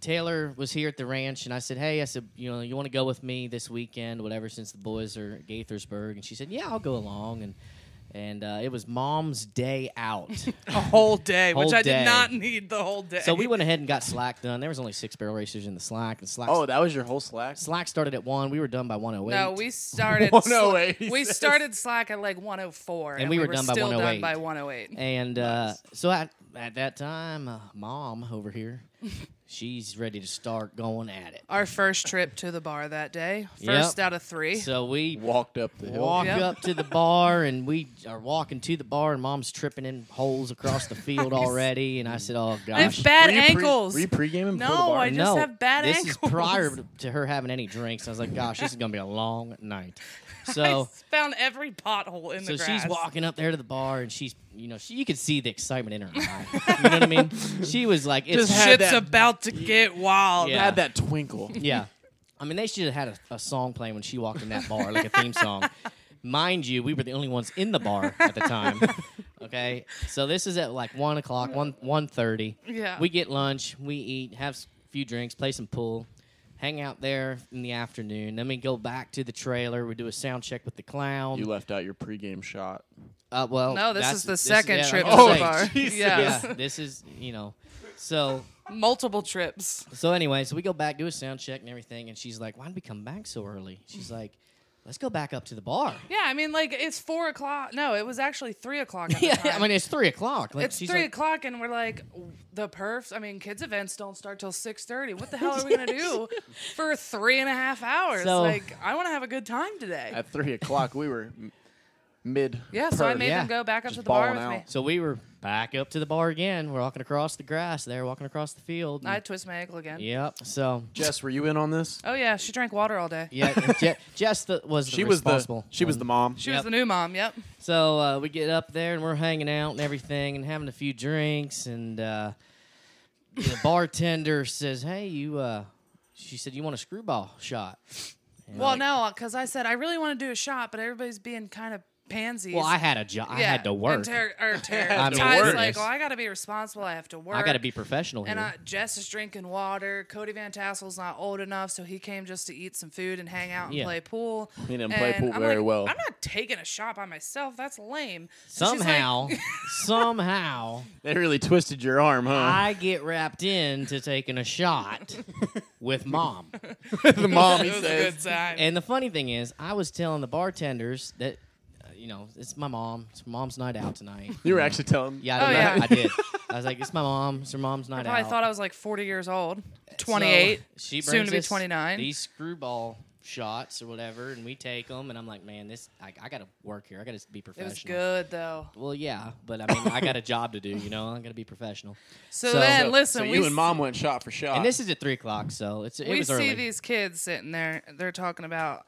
A: Taylor was here at the ranch, and I said, "Hey, I said, you know, you want to go with me this weekend, whatever, since the boys are at Gaithersburg." And she said, "Yeah, I'll go along." And and uh, it was Mom's day
B: <laughs>
A: out,
C: A whole day,
A: Whole
C: which I
A: day.
C: did not need the whole day.
A: so we went ahead and got slack done. There was only six barrel racers in the slack, and slack
B: Oh, that was your whole slack.
A: slack started at one. We were done by one oh eight.
C: No, we started.
B: 108, he
C: we
B: says.
C: started slack at like 104, and,
A: we were
C: were
A: done by
C: still
A: 108.
C: done by 108.
A: And uh, so at, at that time, uh, mom over
C: <laughs>
A: here, she's ready to start going at it.
C: Our first trip to the bar that day,
A: Yep.
C: first out of three.
A: So we
B: Walked up the hill.
A: walk
C: Yep.
A: up to the
C: <laughs>
A: bar and we are walking to the bar, and mom's tripping in holes across the field already. And I said, Oh,
C: I have
A: gosh.
C: bad
B: Were you pre-
C: ankles.
B: were you pre-gaming before
C: No,
B: the bar?
C: I just
A: no,
C: have bad
A: this is
C: ankles. <laughs>
A: prior to her having any drinks. I was like, "Gosh, this is gonna be a long
C: <laughs>
A: night." So,
C: I found every pothole in
A: so
C: the grass.
A: she's walking up there to the bar, and she's, you know, she, you could see the excitement
C: <laughs>
A: in her eye. You know what I mean? She was like, "It's
B: Just had
C: Shit's
B: that- <laughs>
C: about to get wild.
A: Yeah.
B: Had that twinkle. <laughs>
A: Yeah. I mean, they should have had a, a song playing when she walked in that bar, like a theme song.
C: <laughs>
A: Mind you, we were the only ones in the bar at the
C: <laughs>
A: time. Okay, so this is at like one o'clock, one one thirty.
C: Yeah.
A: we get lunch, we eat, have a few drinks, play some pool, hang out there in the afternoon. Then we go back to the trailer. We do a sound check with the clown.
B: You left out your pre-game shot.
A: uh, well,
C: No, this
A: that's-
C: is the second
A: yeah,
C: trip
A: I'm
C: so
A: saying.
C: far.
A: <laughs>
B: Jesus.
A: Yeah,
C: Yes.
A: this is you know, so
C: Multiple trips.
A: So anyway, so we go back, do a sound check and everything, and she's like, "Why did we come back so early?" She's like, "Let's go back up to the
C: <laughs>
A: bar." <laughs>
C: Yeah, I mean, like it's four o'clock. No, it was actually three o'clock. At
A: <laughs>
C: the
A: Yeah,
C: time.
A: I mean it's three o'clock. Like,
C: it's
A: she's
C: three
A: like,
C: o'clock, and we're like, the perfs. I mean, kids' events don't start till six thirty. What the hell are we
A: <laughs>
C: gonna do for three and a half hours?
A: So-
C: like, I want to have a good time today.
B: At three o'clock, we were m- mid.
C: yeah, so I made
A: yeah.
C: them go back up
B: Just
C: to the bar
B: balling
C: with me.
B: out.
A: So we were back up to the bar again. We're walking across the grass there, walking across the field.
C: I
A: and-
C: twist my ankle again.
A: yep. So
B: Jess, were you in on this?
C: Oh yeah, she drank water all day.
A: yeah, Je- <laughs> Jess the, was the
B: she was the
A: responsible.
B: she was the
A: one.
B: mom.
C: She
A: Yep.
C: was the new mom. Yep.
A: So uh, we get up there and we're hanging out and everything and having a few drinks and uh, the bartender says, "Hey, you." Uh, she said, "You want a screwball shot?" And
C: Well,
A: like-
C: no, because I said I really want to do a shot, but everybody's being kind of pansies.
A: Well, I had a job. I
C: Yeah,
A: had to work.
C: And Ter-
A: <laughs>
C: or Ter-
A: I mean,
C: Ty's
A: work.
C: like, well, I got to be responsible. I have to work.
A: I got to be professional here. <laughs>
C: And uh, Jess is drinking water. Cody Van Tassel's not old enough, so he came just to eat some food and hang out and
A: Yeah.
C: play pool.
B: He didn't play pool
C: I'm
B: very
C: like,
B: well.
C: I'm not taking a shot by myself. That's lame. So she's like-
A: somehow,
C: <laughs>
A: somehow,
B: They really twisted your arm, huh?
A: I get wrapped into taking a shot with mom.
B: <laughs> the mom. He
C: <laughs> it was a good
B: says.
C: time.
A: <laughs> And the funny thing is, I was telling the bartenders that, uh, you know, it's my mom. It's my mom's night out tonight.
B: You were actually telling.
A: Yeah, I,
C: Oh,
A: did
C: yeah.
A: I
C: <laughs>
A: did. I was like, it's my mom. It's her mom's night
C: I
A: out.
C: thought I was like 40 years old, 28,
A: So she
C: soon to
A: brings
C: be
A: us
C: 29.
A: These screwball shots or whatever, and we take them. And I'm like, man, this I, I gotta work here. I gotta be
C: It
A: professional.
C: was good though.
A: Well, yeah, but I mean, I got a job to do. You know, I gotta be professional.
C: So,
A: So-
C: then,
A: So-
B: So
C: listen, we
B: you and mom went shot for shot.
A: And this is at three o'clock, so it's it
C: we
A: was
C: see
A: early.
C: these kids sitting there. They're talking about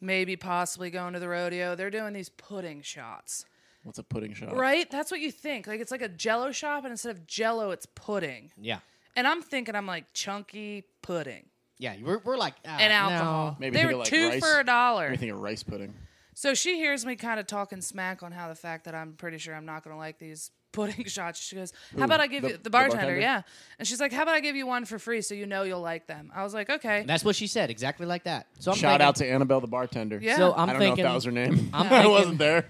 C: maybe possibly going to the rodeo. They're doing these pudding shots,
B: What's a pudding shot?
C: right? That's what you think. Like it's like a Jello shop, and instead of Jello, it's pudding.
A: yeah,
C: And I'm thinking, I'm like chunky pudding
A: yeah, we're we're like ah,
C: and
A: no.
C: alcohol.
B: Maybe
C: they
B: think
C: were
B: of, like,
C: two
B: rice.
C: for a dollar.
B: Anything a rice pudding.
C: So she hears me kind of talking smack on how the fact that I'm pretty sure I'm not going to like these <laughs> pudding shots. She goes, "How about I give
B: The-
C: you the
B: the
C: bartender,
B: bartender?
C: Yeah, and she's like, "How about I give you one for free so you know you'll like them?" I was like, "Okay."
A: That's what she said, exactly like that. So I'm
B: Shout
A: thinking,
B: out to Annabelle the bartender.
C: Yeah.
A: So
B: I
A: I'm
B: don't know
A: thinking
B: if that was her name.
A: I'm
B: <laughs> I
A: thinking-
B: wasn't there.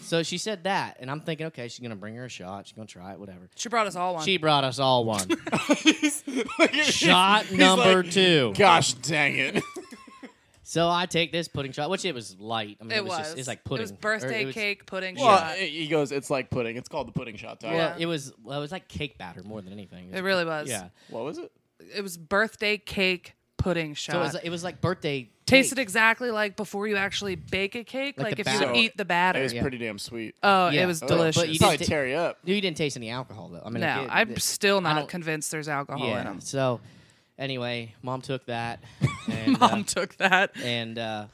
A: So she said that, and I'm thinking, okay, she's gonna bring her a shot. She's gonna try it, whatever.
C: She brought us all one.
A: She brought us all
C: <laughs>
A: one. shot number
B: like,
A: two.
B: Gosh dang it.
C: <laughs>
B: <laughs>
A: So I take this pudding shot, which it was light. I mean, it, was, just it's like pudding.
C: It was
A: or
C: birthday
A: it was-
C: cake pudding
B: Well,
C: shot. It,
B: he goes, it's like pudding. It's called the pudding shot. Tyler.
A: Well,
C: Yeah.
A: uh, it was well, it was like cake batter more than anything. was-
C: really was.
A: Yeah.
B: What was it?
C: It was birthday cake pudding shot.
A: So it was, it was like birthday.
C: Tasted
A: cake.
C: exactly like before you actually bake a cake,
A: Like
C: like,
A: the
C: if you
A: batter.
C: would eat the
B: It
C: batter.
B: was
A: Yeah.
B: pretty damn sweet.
C: Oh,
A: Yeah.
C: it was
A: Oh,
C: delicious.
A: but you
B: probably
A: didn't-
B: tear you up.
A: No, you didn't taste any alcohol though. I mean,
C: no,
A: it-
C: I'm
A: it-
C: still not
A: don't-
C: convinced there's alcohol in <laughs>
A: yeah.
C: them.
A: So anyway, mom took
B: <laughs>
A: that, and
C: Mom
A: uh,
C: took that.
A: and uh,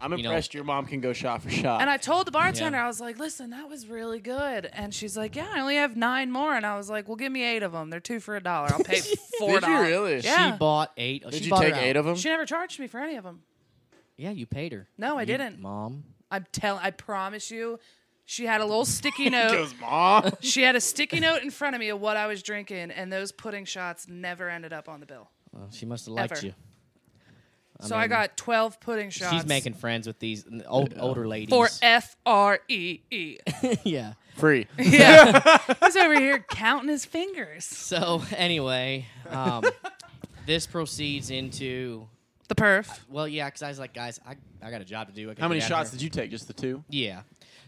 B: I'm
A: know-
B: impressed your mom can go shot for shot.
C: And I told the bartender,
A: Yeah.
C: I was like, listen, that was really good. And she's like, yeah, I only have nine more. And I was like, well, give me eight of them. They're two for a dollar. I'll pay
A: <laughs>
C: four
B: Did you
C: dollars.
B: really? She
C: Yeah.
A: she bought eight.
B: Did
A: she
B: you
A: bought her
B: take
A: out.
B: eight of them?
C: She never charged me for any of them.
A: Yeah, you paid her.
C: No, I
A: You-
C: didn't.
A: Mom.
C: I'm telling, I promise you, she had a
A: <laughs>
C: little sticky note.
B: goes, mom.
C: she had a sticky note in front of me of what I was drinking, and those pudding shots never ended up on the bill.
A: Well, she must have liked
C: Ever.
A: you.
C: so I got 12 pudding shots.
A: She's making friends with these old,
B: Uh,
A: older ladies. <laughs>
C: for F R E E.
A: yeah.
B: <laughs> Free.
C: Yeah. He's over here counting his fingers.
A: So anyway,
B: <laughs>
A: um, this proceeds into
C: The perf.
A: well, yeah, because I was like, guys, I, I got a job to do. I gotta
B: How many
A: get out of
B: shots
A: here.
B: did you take? Just the two?
A: Yeah.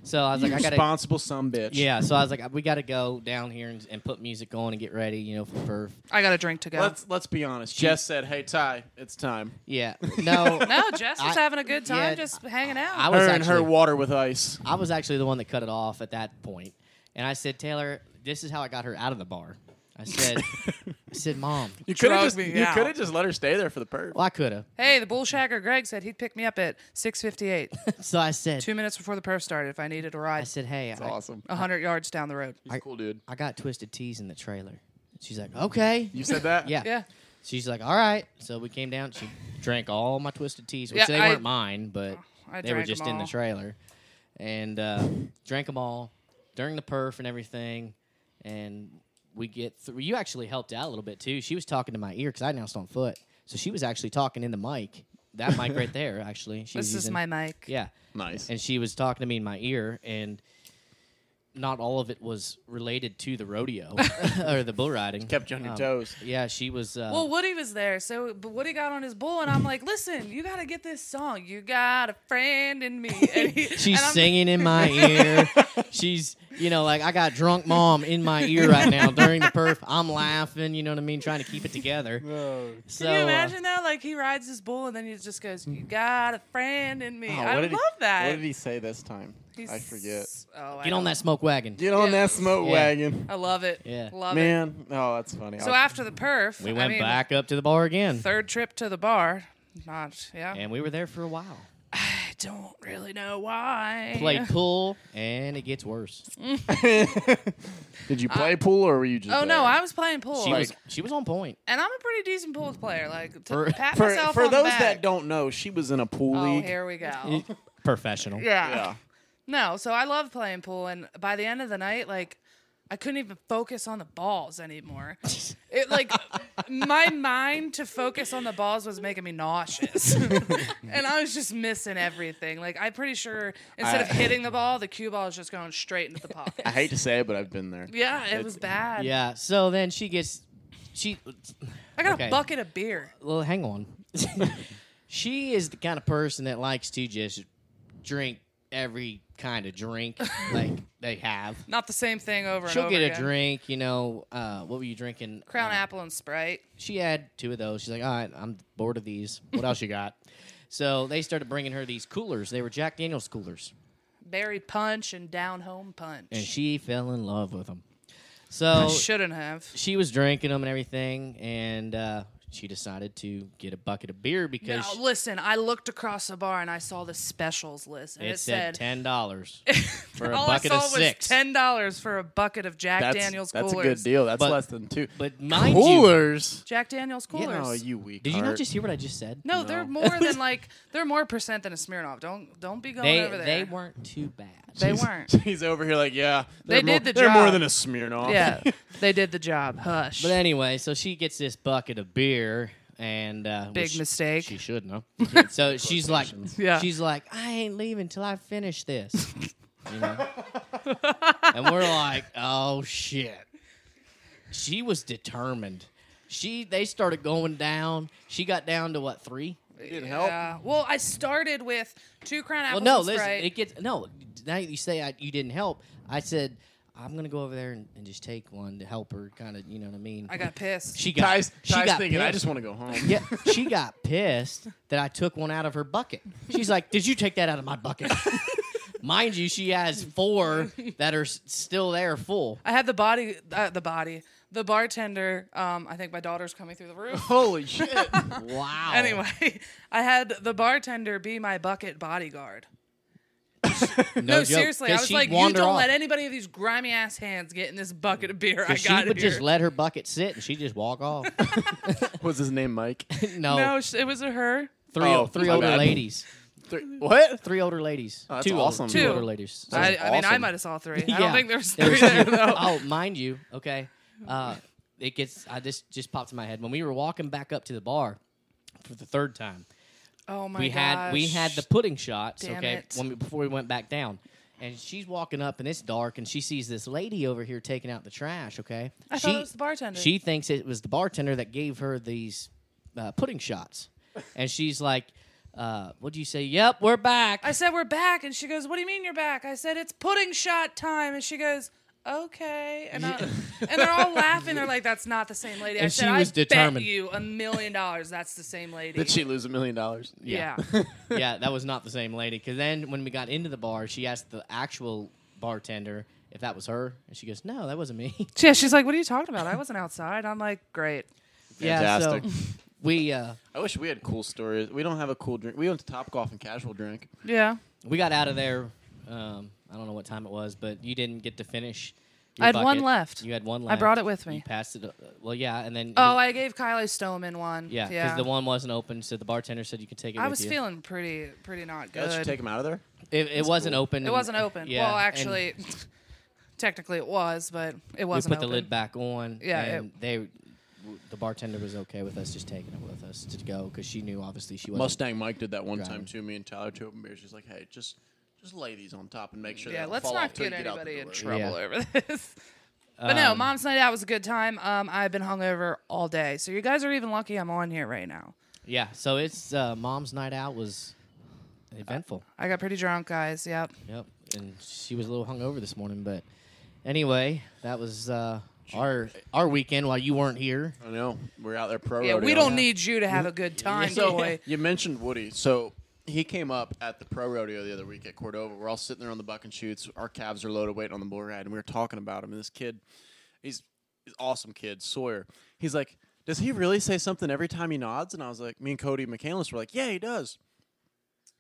A: So I was like,
B: You
A: I gotta.
B: responsible some bitch.
A: Yeah. So I was like, we gotta go down here and, and put music on and get ready, you know, for. for
C: I got a drink to go.
B: Let's let's be honest. Jess said, "Hey Ty, it's time." <laughs>
A: yeah. No.
C: No, Oh, Jess was
A: I-
C: having a good time
A: yeah,
C: just hanging out.
A: I was
B: Her and
A: actually,
B: her water with ice.
A: I was actually the one that cut it off at that point, and I said, Taylor, this is how I got her out of the bar. I
C: <laughs>
A: said, I said, Mom.
B: You could have
C: Drug
B: just
C: me
B: you
C: out.
B: could have just let her stay there for the perv.
A: Well, I could have.
C: hey, the bullshacker Greg said he'd pick me up at 6:58,
A: So I said,
C: two minutes before the perf started, if I needed a
A: I
C: ride,
A: said, Hey, I,
B: awesome.
C: a hundred yards down the road.
B: He's a cool dude.
A: I got twisted teas in the trailer. She's like, okay.
B: You said that?
A: yeah.
C: Yeah,
A: She's like, all right. So we came down. She drank all my twisted teas, which
C: Yeah,
A: they
C: I-
A: weren't mine, but
C: I
A: they were
C: drank 'em
A: just in the
C: all.
A: trailer. And uh, drank them all during the perf and everything. And we get through. You actually helped out a little bit too. She was talking to my ear because I announced on foot. So she was actually talking in the mic. That mic right there, <laughs> actually. She was
C: this is
A: using-
C: my mic.
A: Yeah.
B: Nice.
A: And she was talking to me in my ear, and not all of it was related to the rodeo <laughs> or the bull riding.
B: Kept you on your
A: Um,
B: toes.
A: Yeah, she was. Uh,
B: Oh.
C: Well, Woody was there, so but Woody got on his bull, and I'm like, "Listen, you gotta get this song. You got a friend in me."
B: <laughs>
C: And he,
A: she's
C: and I'm-
A: singing in <laughs> my ear. She's, you know, like I got drunk mom in my ear right now during the perf. I'm laughing, you know what I mean, trying to keep it together. So,
C: Can you
A: uh,
C: imagine that? Like he rides his bull, and then he just goes, "You got a friend in me." I love that.
B: Oh, What did he say this time?
C: He's-
B: I forget.
C: Oh, I
A: uh, get on
C: don't-
A: that smoke wagon.
B: Get on
C: Yeah.
B: that smoke
A: Yeah.
B: wagon,
C: I love it.
A: Yeah.
C: love it.
B: man. Oh, that's funny.
C: So
B: I-
C: after the perf,
A: We
C: I
A: went
C: mean,
A: back up to the bar again,
C: Third trip to the bar. Not yeah.
A: and we were there for a while.
C: I don't really know why.
A: Played pool, and it gets worse.
B: <laughs> did you play pool or were you just?
C: <laughs> Oh
B: there?
C: no, I was playing pool,
A: She
B: Like-
A: was she was on point.
C: and I'm a pretty decent pool player. Like to
A: For-
C: pat
B: For
C: myself
B: for
C: on the
B: those
C: back.
B: that don't know, she was in a pool
C: Oh,
B: league.
C: here we go.
A: Professional.
C: Yeah.
B: Yeah.
C: No, so I love playing pool, and by the end of the night, like I couldn't even focus on the
A: <laughs>
C: balls anymore. It like my mind to focus on the balls was making me nauseous, <laughs> and I was just missing everything. Like I'm pretty sure instead of
B: I-
C: hitting the ball, the cue ball is just going straight into the pocket.
B: <laughs> I hate to say it, but I've been there.
C: Yeah, it was
B: It's-
C: bad.
A: Yeah. So then she gets she
C: I got
A: Okay.
C: a bucket of beer.
A: well, hang on. <laughs> she is the kind of person that likes to just drink every kind of
C: <laughs>
A: drink like they have.
C: Not the same thing over and
A: She'll
C: over
A: get a
C: again.
A: drink, you know, uh, what were you drinking?
C: Crown
A: Uh,
C: apple and Sprite. <laughs>
A: She had two of those. She's like, all right, I'm bored of these. What else you got? So they started bringing her these coolers. They were Jack Daniels coolers,
C: Berry punch and down home punch.
A: and she fell in love with them.
C: <laughs>
A: So
C: shouldn't have.
A: she was drinking them and everything, and uh, she decided to get a bucket of beer because
C: Now, listen, I looked across the bar and I saw the specials list. And
A: it,
C: it,
A: said ten
C: <laughs>
A: dollars for a
C: all
A: bucket
C: I
A: of
C: saw
A: six.
C: was ten dollars for a bucket of Jack
B: That's,
C: Daniels
B: that's
C: coolers.
B: a good deal. That's
A: But-
B: less than two.
A: but mind you,
B: coolers.
C: Jack Daniels coolers.
B: Oh, you weak.
A: did you not
B: heart.
A: just hear what I just said?
C: no, they're more
B: <laughs>
C: than like they're more percent than a Smirnoff. Don't don't be going
A: They
C: over there.
A: they weren't too bad.
C: They
B: He's-
C: weren't.
B: <laughs> He's over here like, yeah.
C: They
B: they're more-
C: did the
B: They're more
C: job.
B: than a Smirnoff.
C: Yeah,
B: <laughs>
C: they did the job. Hush.
A: But anyway, so she gets this bucket of beer and uh,
C: Big
A: which
C: mistake.
A: She should
C: <laughs>
A: know. so she's like,
C: Yeah.
A: she's like, I ain't leaving till I finish
C: <laughs>
A: this. You know? and we're like, oh shit. She was determined. She they started going down. She got down to what three?
B: Didn't help.
C: yeah. Well, I started with two crown
A: Well,
C: apples.
A: no,
C: and
A: listen.
C: Sprite.
A: It gets no. Now you say I, you didn't help. I said I'm gonna go over there and, and just take one to help her. Kind of, you know what I mean?
C: I got pissed.
A: She got.
B: Ty's,
A: she
B: Ty's
A: got
B: thinking, I
A: pissed.
B: just want to go home.
A: <laughs> Yeah, she got pissed that I took one out of her bucket. She's like, "Did you take that out of my bucket?" <laughs> Mind you, she has four that are s- still there full.
C: I had the body, uh, the body, the bartender. Um, I think my daughter's coming through the roof.
B: Holy shit.
A: Wow.
C: Anyway, <laughs> I had the bartender be my bucket bodyguard. No,
A: joke,
C: seriously, I
A: 'cause
C: was
A: she'd
C: like, you
A: wander
C: don't
A: off.
C: let anybody of these grimy ass hands get in this bucket of beer. I
A: 'Cause
C: got
A: she
C: it
A: would
C: here.
A: just let her bucket sit and she'd just walk off.
B: <laughs>
A: <laughs>
B: What's his name, Mike?
A: no,
C: no, sh- it was a her.
A: three
B: Oh,
A: three
B: my
A: older
B: bad.
A: ladies,
B: Three- what?
A: three older ladies,
B: Oh, that's
A: two
B: awesome.
A: older, two
C: Two.
A: older ladies. So-
C: I, I mean, I
B: awesome.
C: might have
A: <laughs>
C: saw three. I
A: Yeah.
C: don't think there was
A: There
C: three
A: was
C: there
A: two.
C: though.
A: <laughs>
C: <laughs>
A: oh, mind you, okay. Uh, it gets. I just just popped in my head when we were walking back up to the bar for the third time.
C: Oh my
A: we had we
C: gosh.
A: had the pudding shots
C: Damn
A: okay
C: it.
A: when we, before we went back down and she's walking up and it's dark and she sees this lady over here taking out the trash okay
C: I
A: she,
C: thought it was the bartender.
A: she thinks it was the bartender that gave her these uh, pudding shots and she's like uh, what do you say yep we're back
C: I said we're back, and she goes, "What do you mean you're back?" I said it's pudding shot time, and she goes. Okay, and I, and
A: <laughs>
C: they're all laughing. They're like, "That's not the same lady." I
A: And
C: said,
A: she was
C: "I
A: determined."
C: bet you a million dollars that's the same lady."
B: Did she lose a million dollars?
C: yeah.
A: <laughs> yeah that was not the same lady because then when we got into the bar she asked the actual bartender if that was her and she goes no that wasn't
C: <laughs>
A: me
C: yeah, she's like, "What are you talking about? I wasn't outside." I'm like, "Great."
A: yeah so
B: Fantastic.
A: <laughs> we uh,
B: I wish we had cool stories. We don't have a cool drink. We went to Top Golf and casual drink.
C: Yeah,
A: We got out of there. Um, I don't know what time it was, but you didn't get to finish. your
C: I had one
A: bucket.
C: left.
A: You had one left.
C: brought it with me.
A: You passed it. uh, Well, yeah, and then
C: Oh, I gave Kylie Stoneman one.
A: yeah, because the one wasn't open, so the bartender said you could take it.
C: I
A: with
C: was
A: you.
C: feeling pretty, pretty not
B: Yeah, let's
C: good.
B: take them out of there.
A: it, it wasn't open.
C: it wasn't open.
A: Yeah,
C: well,
A: and
C: actually, <laughs> technically it was, but it
A: we
C: wasn't.
A: put the
C: open.
A: lid back on.
C: Yeah,
A: and they, w- the bartender was okay with us just taking it with us to go because she knew obviously she wasn't.
B: Mustang Mike did that one
A: Driving.
B: time too. Me and Tyler two open beers. She's like, hey, just just lay these on top and make sure.
C: Yeah,
B: they don't
C: let's
B: fall
C: not
B: off till
C: get
B: you get out the
C: anybody in
B: door."
C: trouble
A: Yeah. Um,
C: over <laughs> this. But no, mom's night out was a good time. Um, I've been hungover all day, so you guys are even lucky I'm on here right now.
A: Yeah, so it's uh, mom's night out was eventful.
C: I got pretty drunk, guys. Yep.
A: Yep, and she was a little hungover this morning, but anyway, that was uh, our our weekend while you weren't here.
B: I know. We're out there pro
C: Yeah, we
B: rodeo. <laughs>
C: don't need you to have
A: <laughs>
C: a good time, boy.
B: You mentioned Woody. So he came up at the pro rodeo the other week at Cordova. We're all sitting there on the buck and shoots. Our calves are loaded, waiting on the bull ride, and we were talking about him. And this kid, he's he's awesome kid, Sawyer. He's like, does he really say something every time he nods? And I was like, me and Cody McCandless were like, yeah, he does.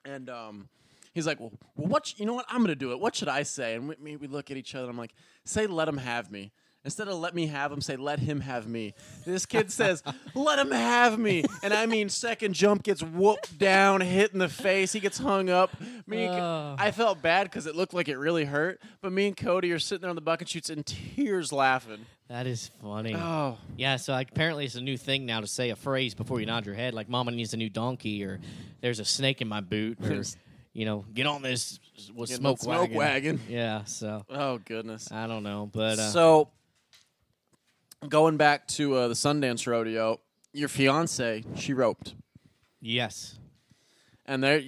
B: And um, he's like, well, well, what? sh- You know what? I'm gonna do it. What should I say? And we- we, we look at each other. and I'm like, say, let him have me. Instead of let me have him, say let him have me. This kid says, <laughs> "Let him have me," and I mean, second jump gets whooped down, hit in the face. He gets hung up. Me, and Co-
A: Oh.
B: I felt bad because it looked like it really hurt. But me and Cody are sitting there on the bucket shoots in tears, laughing.
A: That is funny.
C: Uh,
B: Oh,
A: Yeah, so like, apparently it's a new thing now to say a phrase before you nod your head, like "Mama needs a new donkey" or "There's a snake in my boot"
B: <laughs>
A: or you know, "Get on this s- with
B: Get on
A: smoke
B: that smoke
A: wagon.
B: wagon.
A: Yeah, so
B: oh goodness.
A: I don't know, but uh,
B: So, going back to uh, the Sundance Rodeo, your fiance she roped, <laughs>
A: yes,
B: and there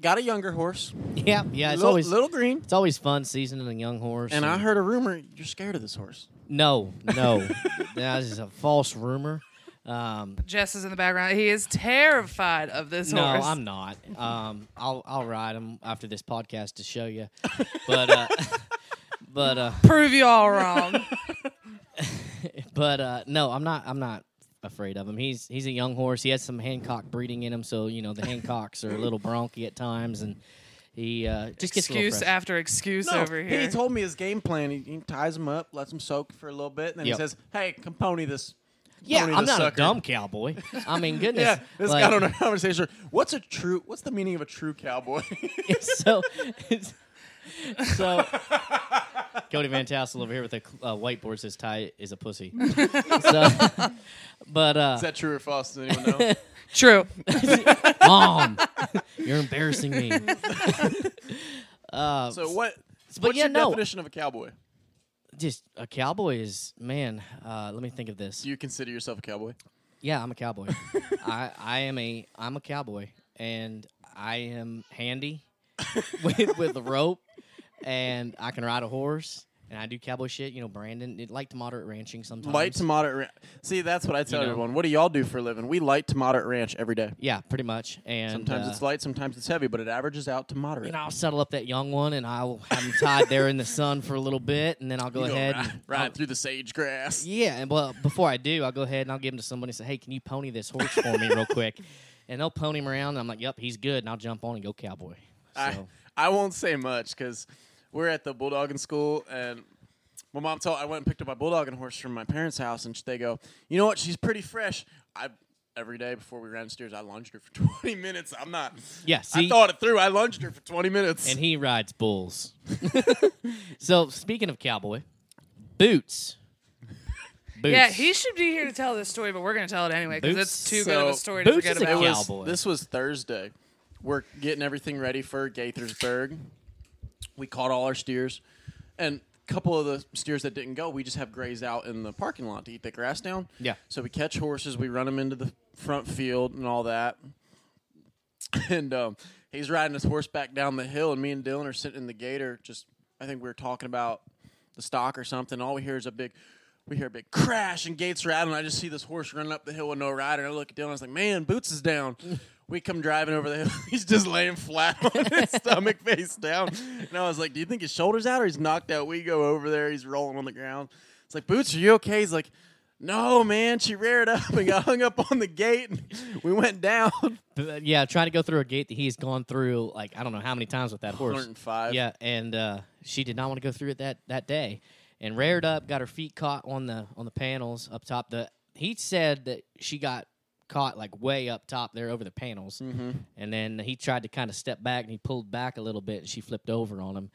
B: got a younger horse,
A: yeah, yeah. It's
B: little,
A: always
B: little green.
A: it's always fun seasoning a young horse.
B: And I <laughs> heard a rumor you're scared of this horse.
A: no, no, that is a false rumor. Um,
C: Jess is in the background. He is terrified of this
A: no,
C: horse.
A: I'm not. Um, I'll I'll ride him after this podcast to show
B: <laughs>
A: you. But uh, <laughs> but uh,
C: Prove you all
A: <laughs>
C: wrong.
A: but uh, no, I'm not. I'm not afraid of him. He's he's a young horse. He has some Hancock breeding in him, so you know the Hancocks are a little bronky at times, and he uh, just gets a little
C: excuse
A: fresh.
C: after excuse
B: No,
C: over here.
B: He told me his game plan. He, he ties him up, lets him soak for a little bit, and then
A: Yep.
B: he says, "Hey, come pony this."
A: Yeah,
B: pony
A: I'm
B: this
A: not
B: sucker."
A: a dumb cowboy. I mean, goodness.
B: <laughs> Yeah, this
A: like-
B: guy got on a conversation. What's a true? What's the meaning of a true cowboy? <laughs>
A: <laughs> so, it's- so Cody Van Tassel over here with a cl- uh, whiteboard says Ty is a pussy. so, but uh,
B: Is that true or false? Does
A: <laughs>
B: anyone know? <laughs>
C: True.
A: mom, <laughs> you're embarrassing me.
B: so
A: Uh,
B: what?
A: But
B: what's
A: yeah,
B: your
A: no.
B: definition of a cowboy?
A: Just a cowboy is man. Uh, let me think of this.
B: Do you consider yourself a cowboy?
A: Yeah, I'm a cowboy. I I am a I'm a cowboy, and I am handy <laughs> with with a rope, and I can ride a horse, and I do cowboy shit. You know, Brandon it, like to moderate ranching sometimes.
B: Light to moderate. Ra- See, that's what I tell
A: You know.
B: everyone. What do y'all do for a living? We light to moderate ranch every day.
A: Yeah, pretty much. And
B: Sometimes
A: uh,
B: it's light, sometimes it's heavy, but it averages out to moderate.
A: and I'll settle up that young one, and I'll have him tied there in the sun for a little bit, and then I'll go
B: You
A: ahead.
B: Ride,
A: and
B: ride
A: I'll-
B: through the sage grass.
A: yeah, and well, before I do, I'll go ahead and I'll give him to somebody and say, "Hey, can you pony this horse for me real
B: <laughs>
A: quick?" And they'll pony him around, and I'm like, "Yep, he's good," and I'll jump on and go cowboy. So
B: I, I won't say much because we're at the bulldogging school, and my mom told I went and picked up my bulldogging horse from my parents' house, and they go, you know what? She's pretty fresh. I every day before we ran stairs, I lunged her for <laughs> twenty minutes. I'm not.
A: yeah,
B: I
A: see,
B: thought it through. I lunged her for twenty minutes.
A: and he rides
B: <laughs>
A: bulls. <laughs> so speaking of cowboy,
B: <laughs>
A: boots. Boots.
C: Yeah, he should be here to tell this story, but we're going to tell it anyway because
A: Boots?
C: it's too good of a
B: So,
C: story to
A: Boots
C: forget
A: is a
C: about.
B: It was-
A: Cowboy.
B: this was Thursday. We're getting everything ready for Gaithersburg. We caught all our steers, and a couple of the steers that didn't go, we just have graze out in the parking lot to eat the grass down.
A: Yeah.
B: So we catch horses, we run them into the front field and all that. <laughs> And um, he's riding his horse back down the hill, and me and Dylan are sitting in the gator. Just, I think we were talking about the stock or something. All we hear is a big, we hear a big crash, and gates are out, and I just see this horse running up the hill with no rider. And I look at Dylan, I was like, man, Boots is
A: <laughs>
B: down. We come driving over the hill. <laughs> He's just laying flat <laughs> on
A: <laughs>
B: his stomach, face down. And I was like, "Do you think his shoulders out or he's knocked out?" We go over there. He's rolling on the ground. It's like, "Boots, are you okay?" He's like, "No, man." She reared up and got hung up on the gate. And <laughs> we went down.
A: But, yeah, trying to go through a gate that he's gone through like I don't know how many times with that horse.
B: 105.
A: Yeah, and uh, she did not want to go through it that that day, and reared up, got her feet caught on the on the panels up top. The he said that she got caught like way up top there over the panels, and then he tried to kind of step back and he pulled back a little bit, and she flipped over on him,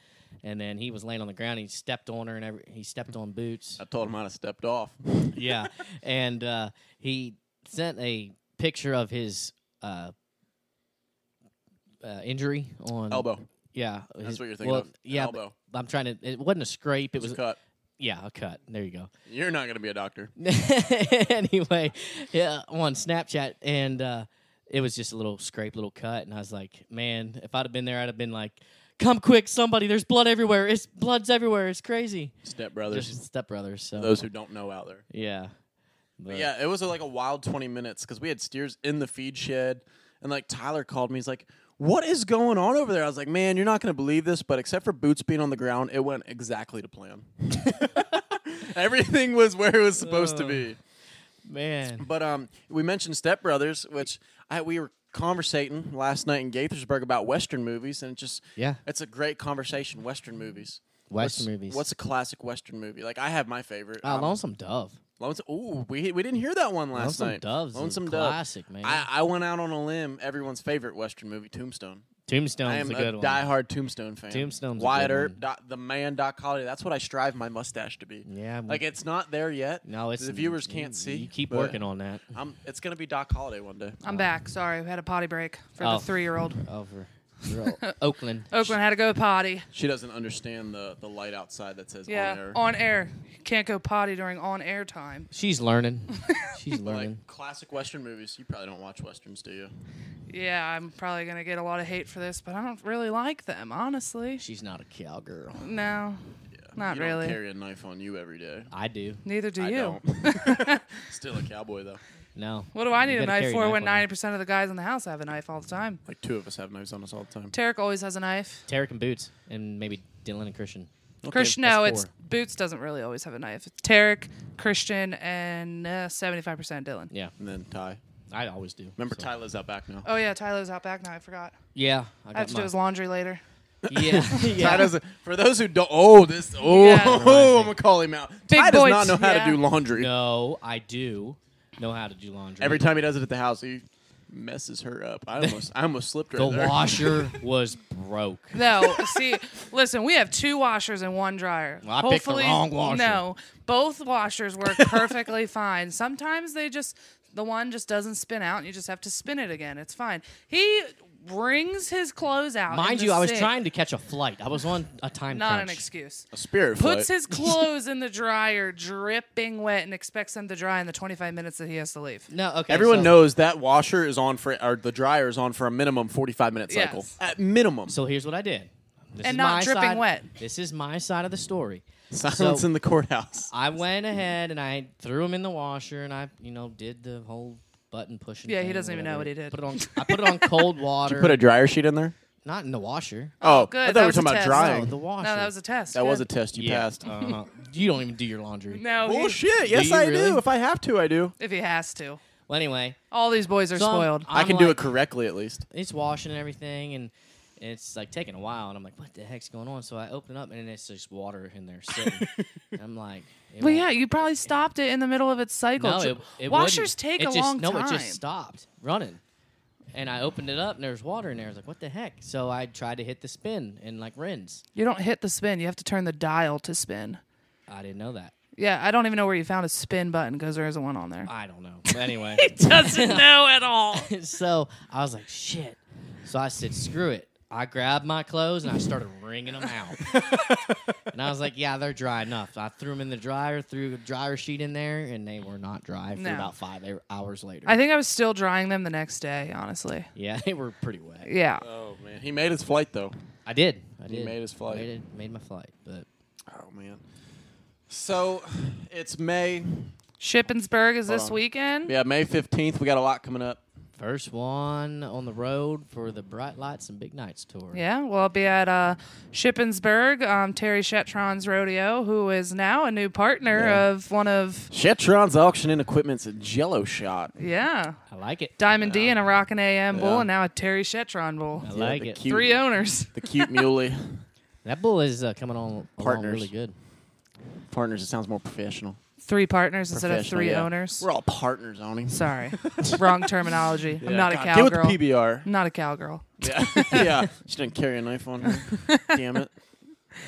A: and then he was laying on the ground. He stepped on her and every, he stepped on boots.
B: <laughs> I told him I'd have stepped off.
A: yeah, and uh, he sent a picture of his. Uh, uh, injury on
B: Elbow.
A: yeah,
B: That's what you're thinking of. An
A: Yeah, but
B: elbow.
A: I'm trying to. It wasn't a scrape. It was,
B: Just cut.
A: yeah, a cut. There you go. <laughs>
B: You're not going to be a doctor.
A: anyway, yeah, on Snapchat, and uh, it was just a little scrape, little cut, and I was like, man, if I'd have been there, I'd have been like, come quick, somebody! There's blood everywhere. It's blood's everywhere. It's crazy.
B: Step brothers.
A: Just stepbrothers. So
B: Those who don't know out there.
A: yeah,
B: But yeah, it was uh, like a wild 20 minutes because we had steers in the feed shed. And like Tyler called me, he's like, What is going on over there? I was like, Man, you're not going to believe this, but except for boots being on the ground, it went exactly
A: <laughs>
B: to plan. <laughs> Everything was where it was supposed to be.
A: man.
B: But um, we mentioned Step Brothers, which I, we were conversating last night in Gaithersburg about Western movies, and it just
A: Yeah.
B: it's a great conversation. Western movies,
A: Western
B: What's-
A: movies.
B: What's a classic Western movie? Like I have my favorite.
A: Ah,
B: um,
A: Lonesome Dove.
B: Lonesome. Ooh, we we didn't hear that one last
A: Lonesome
B: night.
A: Dove's a
B: Lonesome
A: classic, man.
B: I, I went out on a limb. Everyone's favorite Western movie, Tombstone.
A: Tombstone's
B: I am
A: a
B: a,
A: good one.
B: diehard Tombstone fan.
A: Tombstone's a
B: Wyatt
A: good
B: Earp,
A: one.
B: Doc- the man, Doc Holliday. That's what I strive my mustache to be.
A: Yeah, I'm-
B: like it's not there yet.
A: no, it's
B: the viewers
A: you-
B: can't see.
A: You keep
B: but
A: working on that.
B: I'm, it's gonna be Doc Holliday one day.
C: I'm back. Sorry, we had a potty break for
A: Oh.
C: the three year old.
A: Over
B: <laughs>
A: Oakland.
C: Oakland had to go potty.
B: She doesn't understand the, the light outside that says
C: Yeah,
B: on air.
C: on air. Can't go potty during on air time.
A: She's
B: <laughs>
A: learning. She's
B: But,
A: learning.
B: like classic Western movies. You probably don't watch Westerns, do you?
C: Yeah, I'm probably going to get a lot of hate for this, but I don't really like them, honestly.
A: She's not a cowgirl.
C: No.
B: Yeah.
C: Not
B: you
C: really.
B: don't carry a knife on you every day.
A: I do.
C: Neither do
B: I
C: you. <laughs>
B: don't. Still a cowboy though.
A: No.
C: What do I
A: You
C: need a
A: gotta
C: knife
A: carry
C: for
A: a
C: when
A: on you.
C: 90% of the guys in the house have a knife all the time?
B: Like two of us have knives on us all the time.
C: Tarek always has a knife.
A: Tarek and Boots and maybe Dylan and Christian.
C: Christian, no,
A: that's
C: it's
A: four.
C: Boots doesn't really always have a knife. It's Tarek, Christian, and uh, 75% Dylan.
A: Yeah,
B: And then Ty.
A: I always do.
B: Remember,
A: so.
B: Ty lives out back now.
C: Oh, yeah, Tyler's out back now. I forgot.
A: Yeah, I, got
C: I have to do
A: mine.
C: his laundry later.
A: Yeah, yeah.
B: Ty doesn't. For those who don't, oh, this, oh,
C: Yeah.
B: <laughs> I'm gonna call him out.
C: Big
B: Ty does
C: boys,
B: not know how
C: yeah.
B: to do laundry.
A: No, I do know how to do laundry.
B: Every time he does it at the house, he messes her up. I almost, I almost slipped her.
A: the
B: there.
A: washer was
C: <laughs>
A: broke.
C: No, see, listen, we have two washers and one dryer.
A: Well, I picked the wrong washer.
C: No, both
A: <laughs>
C: washers work perfectly fine. Sometimes they just, the one just doesn't spin out, and you just have to spin it again. It's fine. He wrings his clothes out. in
A: Mind
C: the
A: you, I was
C: sink.
A: trying to catch a flight. I was on a time
C: Not an
A: crunch.
C: excuse.
B: A spirit
C: Puts
B: foot.
C: his clothes in the dryer, dripping wet, and expects them to dry in the 25 minutes that he has to leave.
A: No, okay.
B: Everyone
A: so,
B: knows that washer is on for, or the dryer is on for a minimum 45 minute
C: Yes.
B: cycle. At minimum.
A: So here's what I did. This
C: And
A: is
C: not
A: my
C: dripping
A: side-
C: wet.
A: This is my side of the story.
B: <laughs> Silence
A: so-
B: in the courthouse.
A: I went ahead and I threw him in the washer and I, you know, did the whole button pushing.
C: Yeah, he
A: thing,
C: doesn't even know
A: whatever.
C: what he did.
A: Put it on. I put it
C: <laughs>
A: on cold water.
B: Put a dryer sheet in there.
A: not in the washer.
B: Oh,
C: good.
B: I thought
C: That
B: we were
C: was a
B: talking about
C: test. Oh,
A: No,
B: drying.
A: the washer.
C: No, that was a test.
B: that was a
C: Good.
B: test you
A: Yeah,
B: passed.
A: uh-huh. you don't even do your laundry.
C: No. he-
B: Bullshit.
A: Do
B: Yes,
A: you
B: I do.
A: really?
B: If I have to, I do.
C: If he has to.
A: Well, anyway,
C: All these boys are
A: so I'm-
C: spoiled.
A: I'm
B: i can do
A: like-
B: it correctly at least.
A: it's washing and everything and it's like taking a while and I'm like, what the heck's going on? So I open it up and it's just water in there
C: <laughs>
A: sitting. And I'm like, it
C: Well,
A: won't-
C: yeah, you probably stopped it in the middle of its cycle.
A: no,
C: Ju-
A: it, it
C: Washers
A: wouldn't.
C: take
A: It
C: a
A: just,
C: long
A: no,
C: time.
A: it just stopped running. And I opened it up and there's water in there. I was like, what the heck? So I tried to hit the spin and like rinse.
C: you don't hit the spin. You have to turn the dial to spin.
A: I didn't know that.
C: Yeah, I don't even know where you found a spin button because there isn't one
A: <laughs>
C: on there.
A: I don't know. But
C: <laughs>
A: anyway, <laughs>
C: Doesn't know at all.
A: so I was like, shit. So I said, screw it. I grabbed my clothes and I started wringing them
C: <laughs>
A: out. and I was like, yeah, they're dry enough. I threw them in the dryer, threw a dryer sheet in there, and they were not dry for
C: No.
A: about five hour- hours later.
C: I think I was still drying them the next day, honestly.
A: yeah, <laughs> they were pretty wet.
C: Yeah.
B: Oh man, he made his flight though.
A: I did. I did.
B: made his flight.
A: Made, it, made my flight. But
B: Oh man. So, it's May.
C: Shippensburg is this
B: on.
C: weekend.
B: Yeah, May fifteenth. We got a lot coming up.
A: first one on the road for the Bright Lights and Big Nights tour.
C: Yeah, well, I'll be at uh, Shippensburg, um, Terry Shetron's rodeo, who is now a new partner
B: Yeah.
C: of one of,
B: Shetron's auction and equipment's a Jello shot.
C: yeah,
A: I like it.
C: Diamond D and a Rockin' AM
B: Yeah.
C: bull, and now a Terry Shetron bull.
A: I like
B: the
A: it.
B: Cute,
C: Three owners.
B: The <laughs> cute muley
A: That bull is uh, coming on along
B: Partners.
A: really good.
B: partners. It sounds more professional.
C: Three partners instead of
B: Professional,
C: three
B: yeah.
C: owners.
B: We're all partners on him. <laughs>
C: Sorry, wrong terminology. I'm not a
B: Get with the
C: cowgirl.
B: PBR.
C: I'm not a cowgirl.
B: <laughs> Yeah, yeah. She didn't carry a knife on her. Damn it.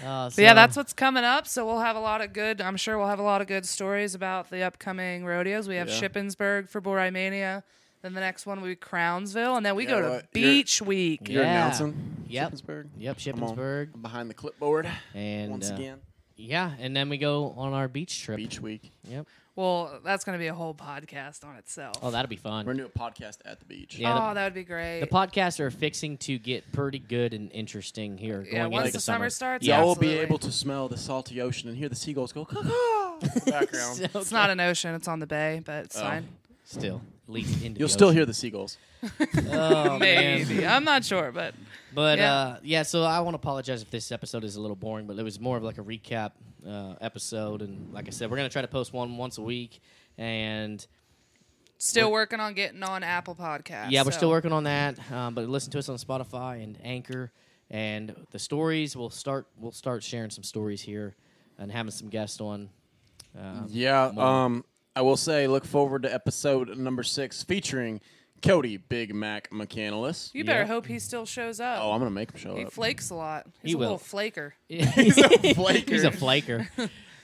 A: Uh,
C: So yeah,
A: so-
C: that's what's coming up. So we'll have a lot of good. I'm sure we'll have a lot of good stories about the upcoming rodeos. We have
B: Yeah.
C: Shippensburg for Borai Mania. Then the next one will be Crownsville, and then we
B: You
C: go
B: know
C: to
B: what? You're-
C: Beach Week.
A: Yeah.
B: You're announcing.
A: Yep.
B: Shippensburg.
A: Yep,
B: I'm on-
A: Shippensburg.
B: I'm behind the clipboard
A: And
B: once
A: uh,
B: again.
A: Yeah, and then we go on our beach trip.
B: Beach week.
A: Yep.
C: Well, that's going to be a whole podcast on itself.
A: Oh, that'll be fun.
B: We're doing a podcast at the beach.
A: Yeah. the-
C: oh, that would be great.
A: the podcasts are fixing to get pretty good and interesting here.
C: yeah,
A: going
C: once
A: into
C: the summer, starts,
B: Y'all will be
C: absolutely.
B: able to smell the salty ocean and hear the seagulls go
C: <laughs>
B: caw background.
A: <laughs> So-
C: It's not an ocean; it's on the bay, but
B: Oh.
C: it's fine.
A: still leaked into.
B: You'll
A: the
B: still
A: ocean.
B: hear the seagulls.
A: Oh, man.
C: <laughs> Maybe I'm not sure, but
A: But
C: Yeah.
A: yeah. Uh, yeah, so I want to apologize if this episode is a little boring, but it was more of like a recap uh, episode, and like I said, we're gonna try to post one once a week, and
C: still working on getting on Apple Podcasts.
A: yeah, we're
C: so-
A: still working on that. Um, but listen to us on Spotify and Anchor, and the stories we'll start we'll start sharing some stories here, and having some guests on. Um,
B: Yeah. Um, I will say, look forward to episode number six featuring Cody Big Mac McCandless.
C: You better
A: Yeah.
C: hope he still shows up.
B: Oh, I'm gonna make him show
C: he
B: up.
C: flakes a lot. He's
A: He
C: a little
A: will.
C: flaker.
A: he's a <laughs> flaker. He's a flaker.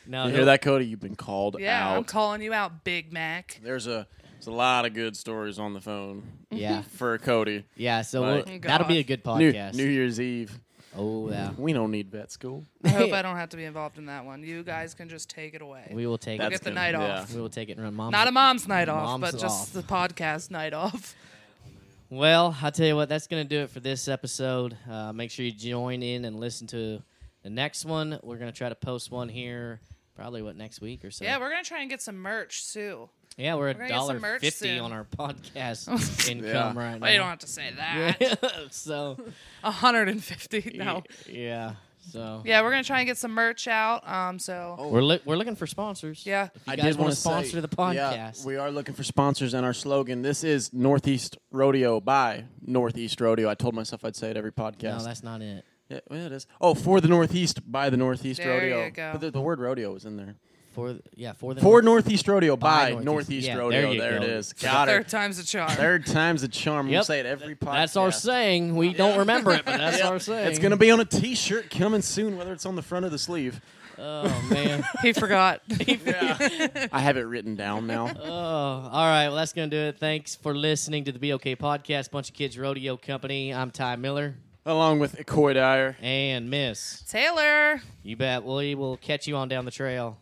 A: No,
B: You
A: he'll-
B: hear that, Cody? You've been called
C: Yeah, I'm
B: out.
C: calling you out,
B: <laughs>
C: Big Mac.
B: there's a there's a lot of good stories on the phone
C: Mm-hmm.
A: Yeah,
B: for Cody.
A: yeah. So
B: Right.
A: we'll,
C: Oh,
A: that'll be
C: God.
A: a good
B: New,
A: podcast.
B: New Year's Eve.
A: oh yeah,
B: We don't need vet school.
C: I hope I don't have to be involved in that one. You guys can just take it away.
A: we will take
B: That's
A: it.
C: get the
B: good.
C: night
B: yeah.
C: off.
A: We will take it and run. Mom's
C: Not a mom's night off,
A: Mom's
C: but just
A: off.
C: the podcast night
A: <laughs>
C: off.
A: Well, I'll tell you what, that's going to do it for this episode. Uh, make sure you join in and listen to The next one, we're gonna try to post one here, probably what next week or so.
C: Yeah, we're gonna try and get some merch too.
A: yeah, we're
C: gonna
A: a
C: get some
A: dollar
C: merch
A: fifty
C: soon.
A: on our
C: <laughs>
A: podcast income
B: Yeah.
A: right
C: Well, you don't
A: now.
C: have
A: <laughs>
C: to say that.
A: so
C: <laughs> 150. <laughs> No.
A: yeah, so
C: Yeah, we're gonna try and get some merch out. Um, so
B: Oh,
A: we're li- we're looking for sponsors.
C: yeah,
A: If you guys want
B: wanna
A: to sponsor
B: say-
A: the
B: Yeah,
A: podcast.
B: we are looking for sponsors, and our slogan this is Northeast Rodeo by Northeast Rodeo. I told myself I'd say it every podcast.
A: no, that's not it.
B: yeah, well, it is. Oh, for the Northeast by the Northeast
C: There
B: Rodeo.
C: you go.
B: But the, the word rodeo was in there.
A: For th- yeah, for the
B: For Northeast Rodeo by,
A: By
B: Northeast,
A: Northeast. Yeah,
B: Rodeo.
A: there you
B: it
A: go.
B: is.
A: For the
B: Got
C: third
B: it.
C: time's a charm.
B: Third time's a charm. We'll
A: Yep.
B: say it every podcast.
A: That's our saying. We don't remember it, but
C: <laughs>
A: that's our saying.
B: It's gonna be on a T-shirt coming soon, whether it's on the front or the sleeve.
A: Oh man.
B: <laughs>
C: He forgot.
B: I have it written down now.
A: <laughs> oh, all right. Well, that's gonna do it. Thanks for listening to the BOK podcast, Bunch of Kids Rodeo Company. I'm Ty Miller
B: Along with Coy Dyer.
A: and Miss.
C: Taylor.
A: You bet. We will catch you on down the trail.